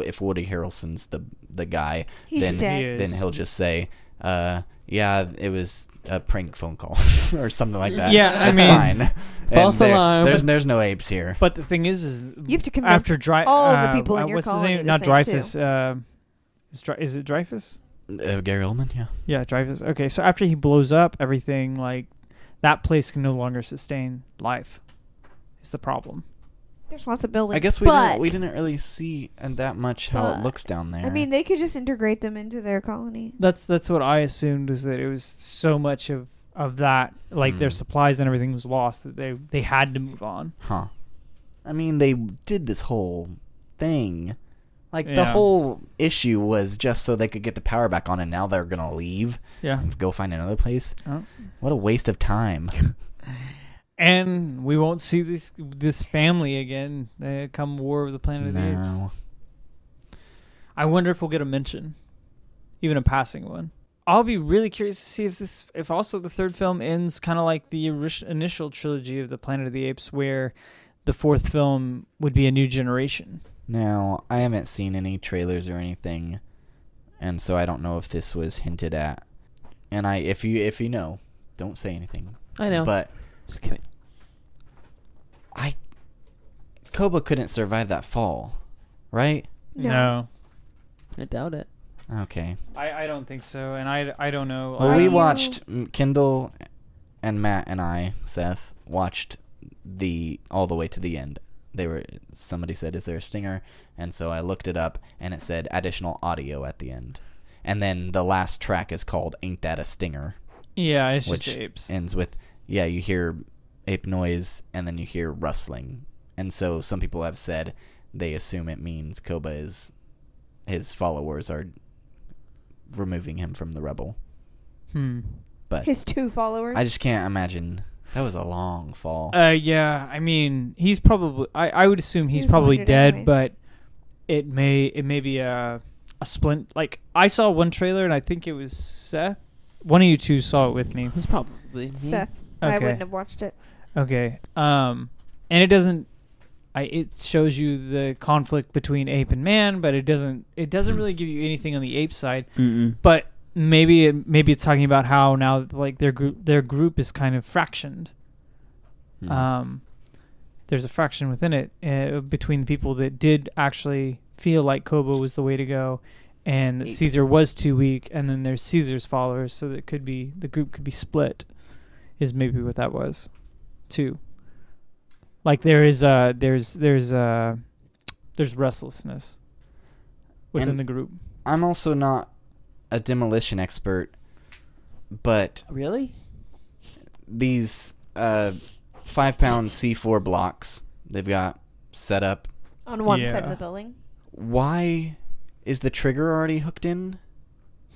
if Woody Harrelson's the the guy,
He's
then
dead.
He
then
is.
he'll just say, uh, "Yeah, it was a prank phone call *laughs* or something like that."
Yeah, I
It's
mean-
fine. And
False
there-
alarm.
There's there's no apes here.
But the thing is, is
You have to convince
after Dry
all the
uh,
people in
uh,
your
what's
colony
his
the
name? Not
same,
Dreyfus. Uh, is, Dre- is it Dreyfus?
Uh, Gary Oldman, yeah.
Yeah, Dreyfus. Okay, so after he blows up everything, like that place can no longer sustain life. Is the problem?
There's lots of buildings.
I guess we
but,
didn't, we didn't really see uh, that much how it
But-
looks down there.
I mean, they could just integrate them into their colony.
That's that's what I assumed is that it was so much of of that, like their
Hmm.
supplies and everything was lost that they they had to move on.
huh? I mean, they did this whole thing. Like the
Yeah.
whole issue was just so they could get the power back on, and now they're gonna leave
Yeah.
and go find another place.
Oh.
What a waste of time!
And we won't see this this family again. They come War of the Planet of the Apes.
No.
I wonder if we'll get a mention, even a passing one. I'll be really curious to see if this, if also the third film ends kind of like the oris- initial trilogy of the Planet of the Apes, where the fourth film would be a new generation.
Now, I haven't seen any trailers or anything, and so I don't know if this was hinted at. And I, if you if you know, don't say anything.
I know.
But
*laughs* Just kidding.
I, Koba couldn't survive that fall, right?
I doubt it.
Okay.
I, I don't think so, and I, I don't know.
Well,
I-
Are
we
you-
watched m- Kendall, and Matt and I, Seth watched the all the way to the end. They were somebody said, "Is there a stinger?" And so I looked it up, and it said additional audio at the end. And then the last track is called "Ain't That a Stinger."
yeah, it's
which
just apes.
ends with yeah you hear ape noise and then you hear rustling and so some people have said they assume it means koba is his followers are removing him from the rebel
hmm.
but
His two followers.
i just can't imagine that was a long fall
Uh, yeah, I mean, he's probably. I, I would assume
He
he's
was
probably
wounded
dead,
anyways.
but it may it may be a a splint. Like I saw one trailer, and I think it was Seth. One of you two saw it with me.
It's probably me.
Seth. I
Okay.
wouldn't have watched it.
Okay. Um, and it doesn't. I it shows you the conflict between ape and man, but it doesn't. It doesn't
Hmm.
really give you anything on the ape side.
Mm-mm.
But maybe it maybe it's talking about how now like their group their group is kind of fractioned.
Hmm.
um, there's a fraction within it uh, between the people that did actually feel like Kobo was the way to go and that
Eight.
Caesar was too weak, and then there's Caesar's followers, so that could be the group could be split, is maybe what that was, too. Like there is uh there's there's uh there's restlessness within
And-
the group.
i'm also not a demolition expert but
Really?
these uh, five pound c4 blocks they've got set up
On one side of
Yeah.
the building.
why is the trigger already hooked in?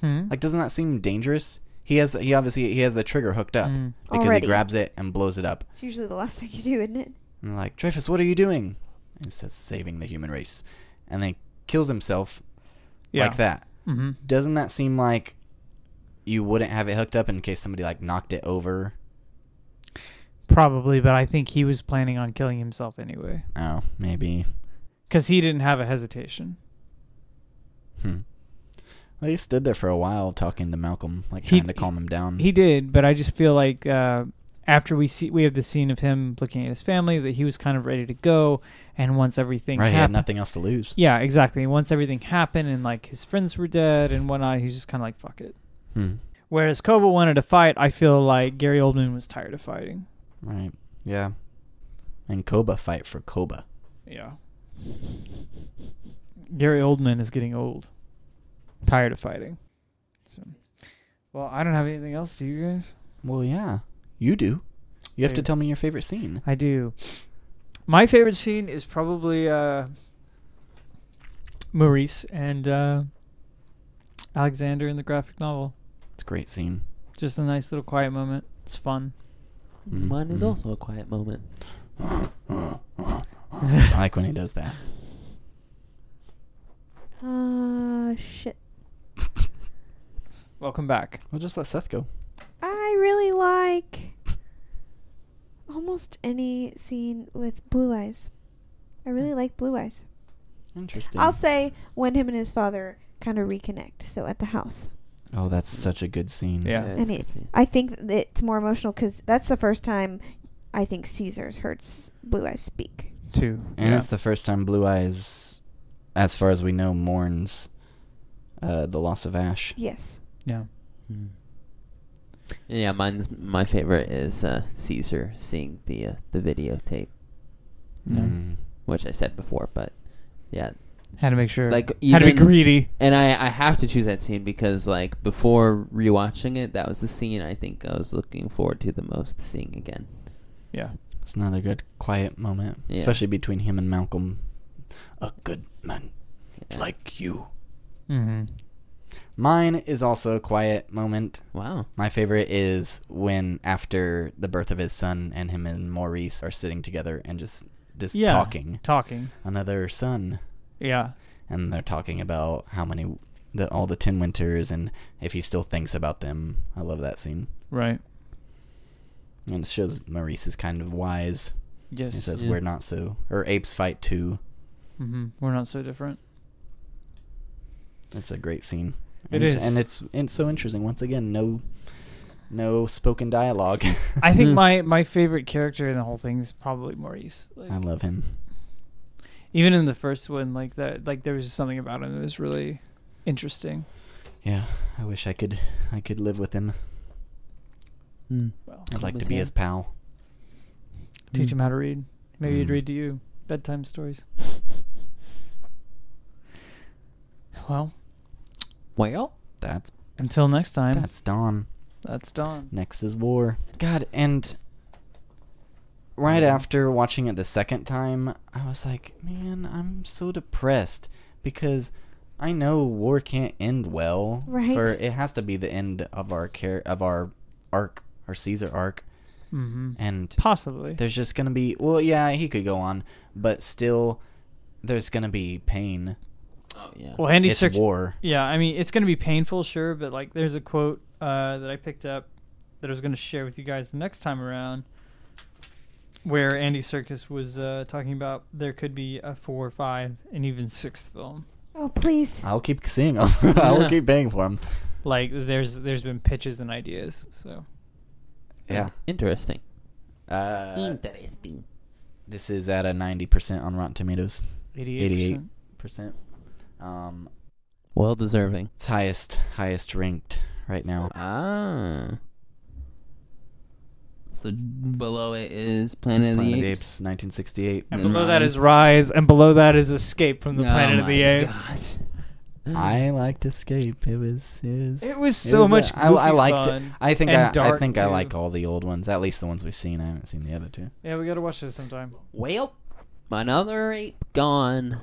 Hmm?
Like, doesn't that seem dangerous? He has he obviously he has the trigger hooked up
Mm.
because
Already.
he grabs it and blows it up.
It's usually the last thing you do, isn't it?
And they're like, Dreyfus, what are you doing? And he says, saving the human race, and then kills himself
yeah.
like that.
hmm
Doesn't that seem like you wouldn't have it hooked up in case somebody like knocked it over?
Probably, but I think he was planning on killing himself anyway
Oh, maybe.
because he didn't have a hesitation.
Hmm. Well, he stood there for a while talking to Malcolm, like
He-
trying to calm him down.
He did, but I just feel like uh, after we see we have the scene of him looking at his family that he was kind of ready to go, and once everything
right, he had
happened,
nothing else to lose.
yeah, exactly. Once everything happened and like his friends were dead and whatnot, he's just kind of like fuck it.
Hmm.
Whereas Koba wanted to fight, I feel like Gary Oldman was tired of fighting.
Right. Yeah. And Koba fight for Koba.
Yeah, Gary Oldman is getting old, tired of fighting. So, well, I don't have anything else. Do you guys?
Well, yeah. You do. You have to
Dude.
tell me your favorite scene.
I do. My favorite scene is probably uh, Maurice and uh, Alexander in the graphic novel.
It's a great scene.
Just a nice little quiet moment. It's fun.
Mm,
Mine is
mm.
also a quiet moment.
*laughs* I like when he does that.
Ah, shit.
Welcome back.
Well, just let Seth go.
I really like. almost any scene with Blue Eyes. I really like Blue Eyes.
Interesting.
I'll say when him and his father kind of reconnect, so at the house.
Oh, that's such a good scene.
Yeah.
Yeah,
and
it's
it,
good scene.
I think th- it's more emotional because that's the first time I think Caesar's heard s- Blue Eyes speak.
Too.
And
yeah.
it's the first time Blue Eyes, as far as we know, mourns uh, the loss of Ash.
Yes.
yeah.
Mm. Yeah, mine's my favorite is uh, Caesar seeing the uh, the videotape,
Yeah.
Mm.
which I said before, but yeah,
Had to make sure.
Like,
had to be
even-
greedy.
and I I have to choose that scene because like before rewatching it, that was the scene I think I was looking forward to the most seeing again.
Yeah.
It's another good quiet moment,
Yeah.
especially between him and Malcolm. A good man
Yeah.
like you.
Mm-hmm.
Mine is also a quiet moment.
wow,
My favorite is when, after the birth of his son, and him and Maurice are sitting together and just just
Yeah.
talking. Um,
Talking.
Another son,
Yeah.
and they're talking about how many, the, all the ten winters, and if he still thinks about them. I love that scene.
Right.
And it shows Maurice is kind of wise.
Yes.
He says,
Yeah.
We're not so. Or Apes Fight 2.
mm-hmm. We're not
*laughs*
so different.
It's a great scene. and,
It is.
And it's, it's so interesting. Once again, no no spoken dialogue.
I think
Hmm.
my my favorite character in the whole thing is probably Maurice. Like,
*laughs* I love him.
even in the first one, like that, like there was just something about him that was really interesting.
Yeah, I wish I could I could live with him.
mm.
Well,
I'd like
Was
to be
he-
his pal.
teach him how to read. Maybe he'd
Mm.
read to you bedtime stories. Well,
well,
That's
until next time,
that's Dawn.
that's Dawn.
Next is War. God, and right after watching it the second time, I was like, man, I'm so depressed because I know War can't end well.
Right.
For it has to be the end of our care of our arc, our Caesar arc,
Mm-hmm.
and
Possibly.
there's just gonna be well, yeah, he could go on, but still, there's gonna be pain.
oh yeah,
Well, Andy
it's
Serkis.
war.
Yeah, I mean it's gonna be painful, sure, but like there's a quote uh, that I picked up that I was gonna share with you guys the next time around, where Andy Circus was uh, talking about there could be a four, five, and even sixth film.
Oh, please.
I'll keep seeing him. *laughs* I'll keep paying for him.
Like there's there's been pitches and ideas. So
Yeah.
interesting,
Uh,
interesting.
this is at a ninety percent on Rotten Tomatoes.
eighty-eight percent.
percent. Um,
Well deserving.
it's highest highest ranked right now.
Ah. So below it is Planet,
Planet
of the Apes.
Apes, 1968.
And
Nice.
below that is Rise, and below that is Escape from the
Oh
Planet of the
my
Apes.
gosh.
I liked Escape. It was it was uh,
It was so much.
I, I
goofy
liked it.
fun.
I think
and
I, I
dark,
think I
too.
like all the old ones. At least the ones we've seen. I haven't seen the other two.
Yeah, we gotta watch this sometime.
Well, another ape gone.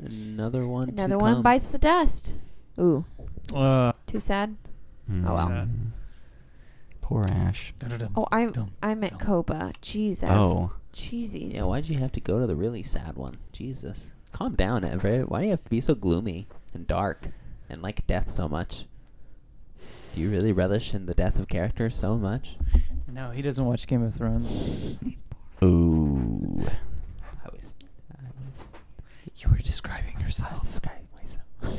Another one. to
Another one
come.
bites the dust. Ooh,
Uh,
too sad.
Oh
wow.
Sad.
Poor Ash.
Oh, I
Dum,
I meant Coba. Jesus.
Oh,
Cheesies.
Yeah, why'd you have to go to the really sad one? Jesus. Calm down, Everett. Why do you have to be so gloomy and dark and like death so much? Do you really relish in the death of characters so much?
no, he doesn't watch Game of Thrones.
ooh.
I was. I was.
You were describing
I was describing myself.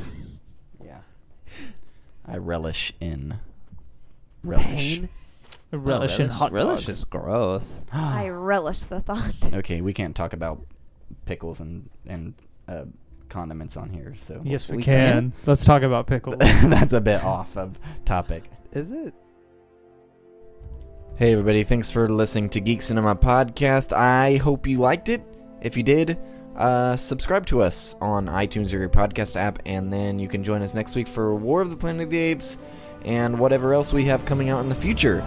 Yeah. I relish in relish. *gasps*
Pain?
Relish
oh,
and hot
relish
dogs.
is gross.
I
Ah.
relish the thought.
Okay, we can't talk about pickles and and uh, condiments on here, so *laughs*
Yes, we,
We
can.
can.
Let's talk about pickles.
*laughs*
that's a bit off of topic.
Is it?
Hey, everybody, thanks for listening to Geek Cinema Podcast. I hope you liked it. If you did, uh, subscribe to us on iTunes or your podcast app, and then you can join us next week for War of the Planet of the Apes and whatever else we have coming out in the future.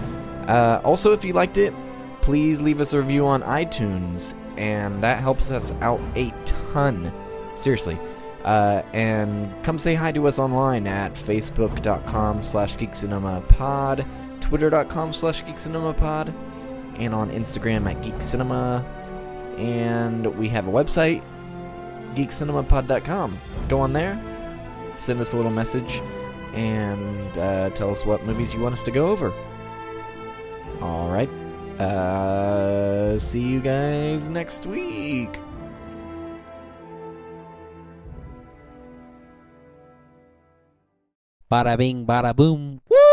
Uh, also, if you liked it, please leave us a review on iTunes, and that helps us out a ton. Seriously. Uh, and come say hi to us online at facebook.com slash geekcinemapod twitter.com slash geekcinemapod and on instagram at geekcinema and we have a website geekcinemapod.com go on there send us a little message and uh, tell us what movies you want us to go over all right uh,
uh, see you guys next week.
Bada bing, bada boom. Woo!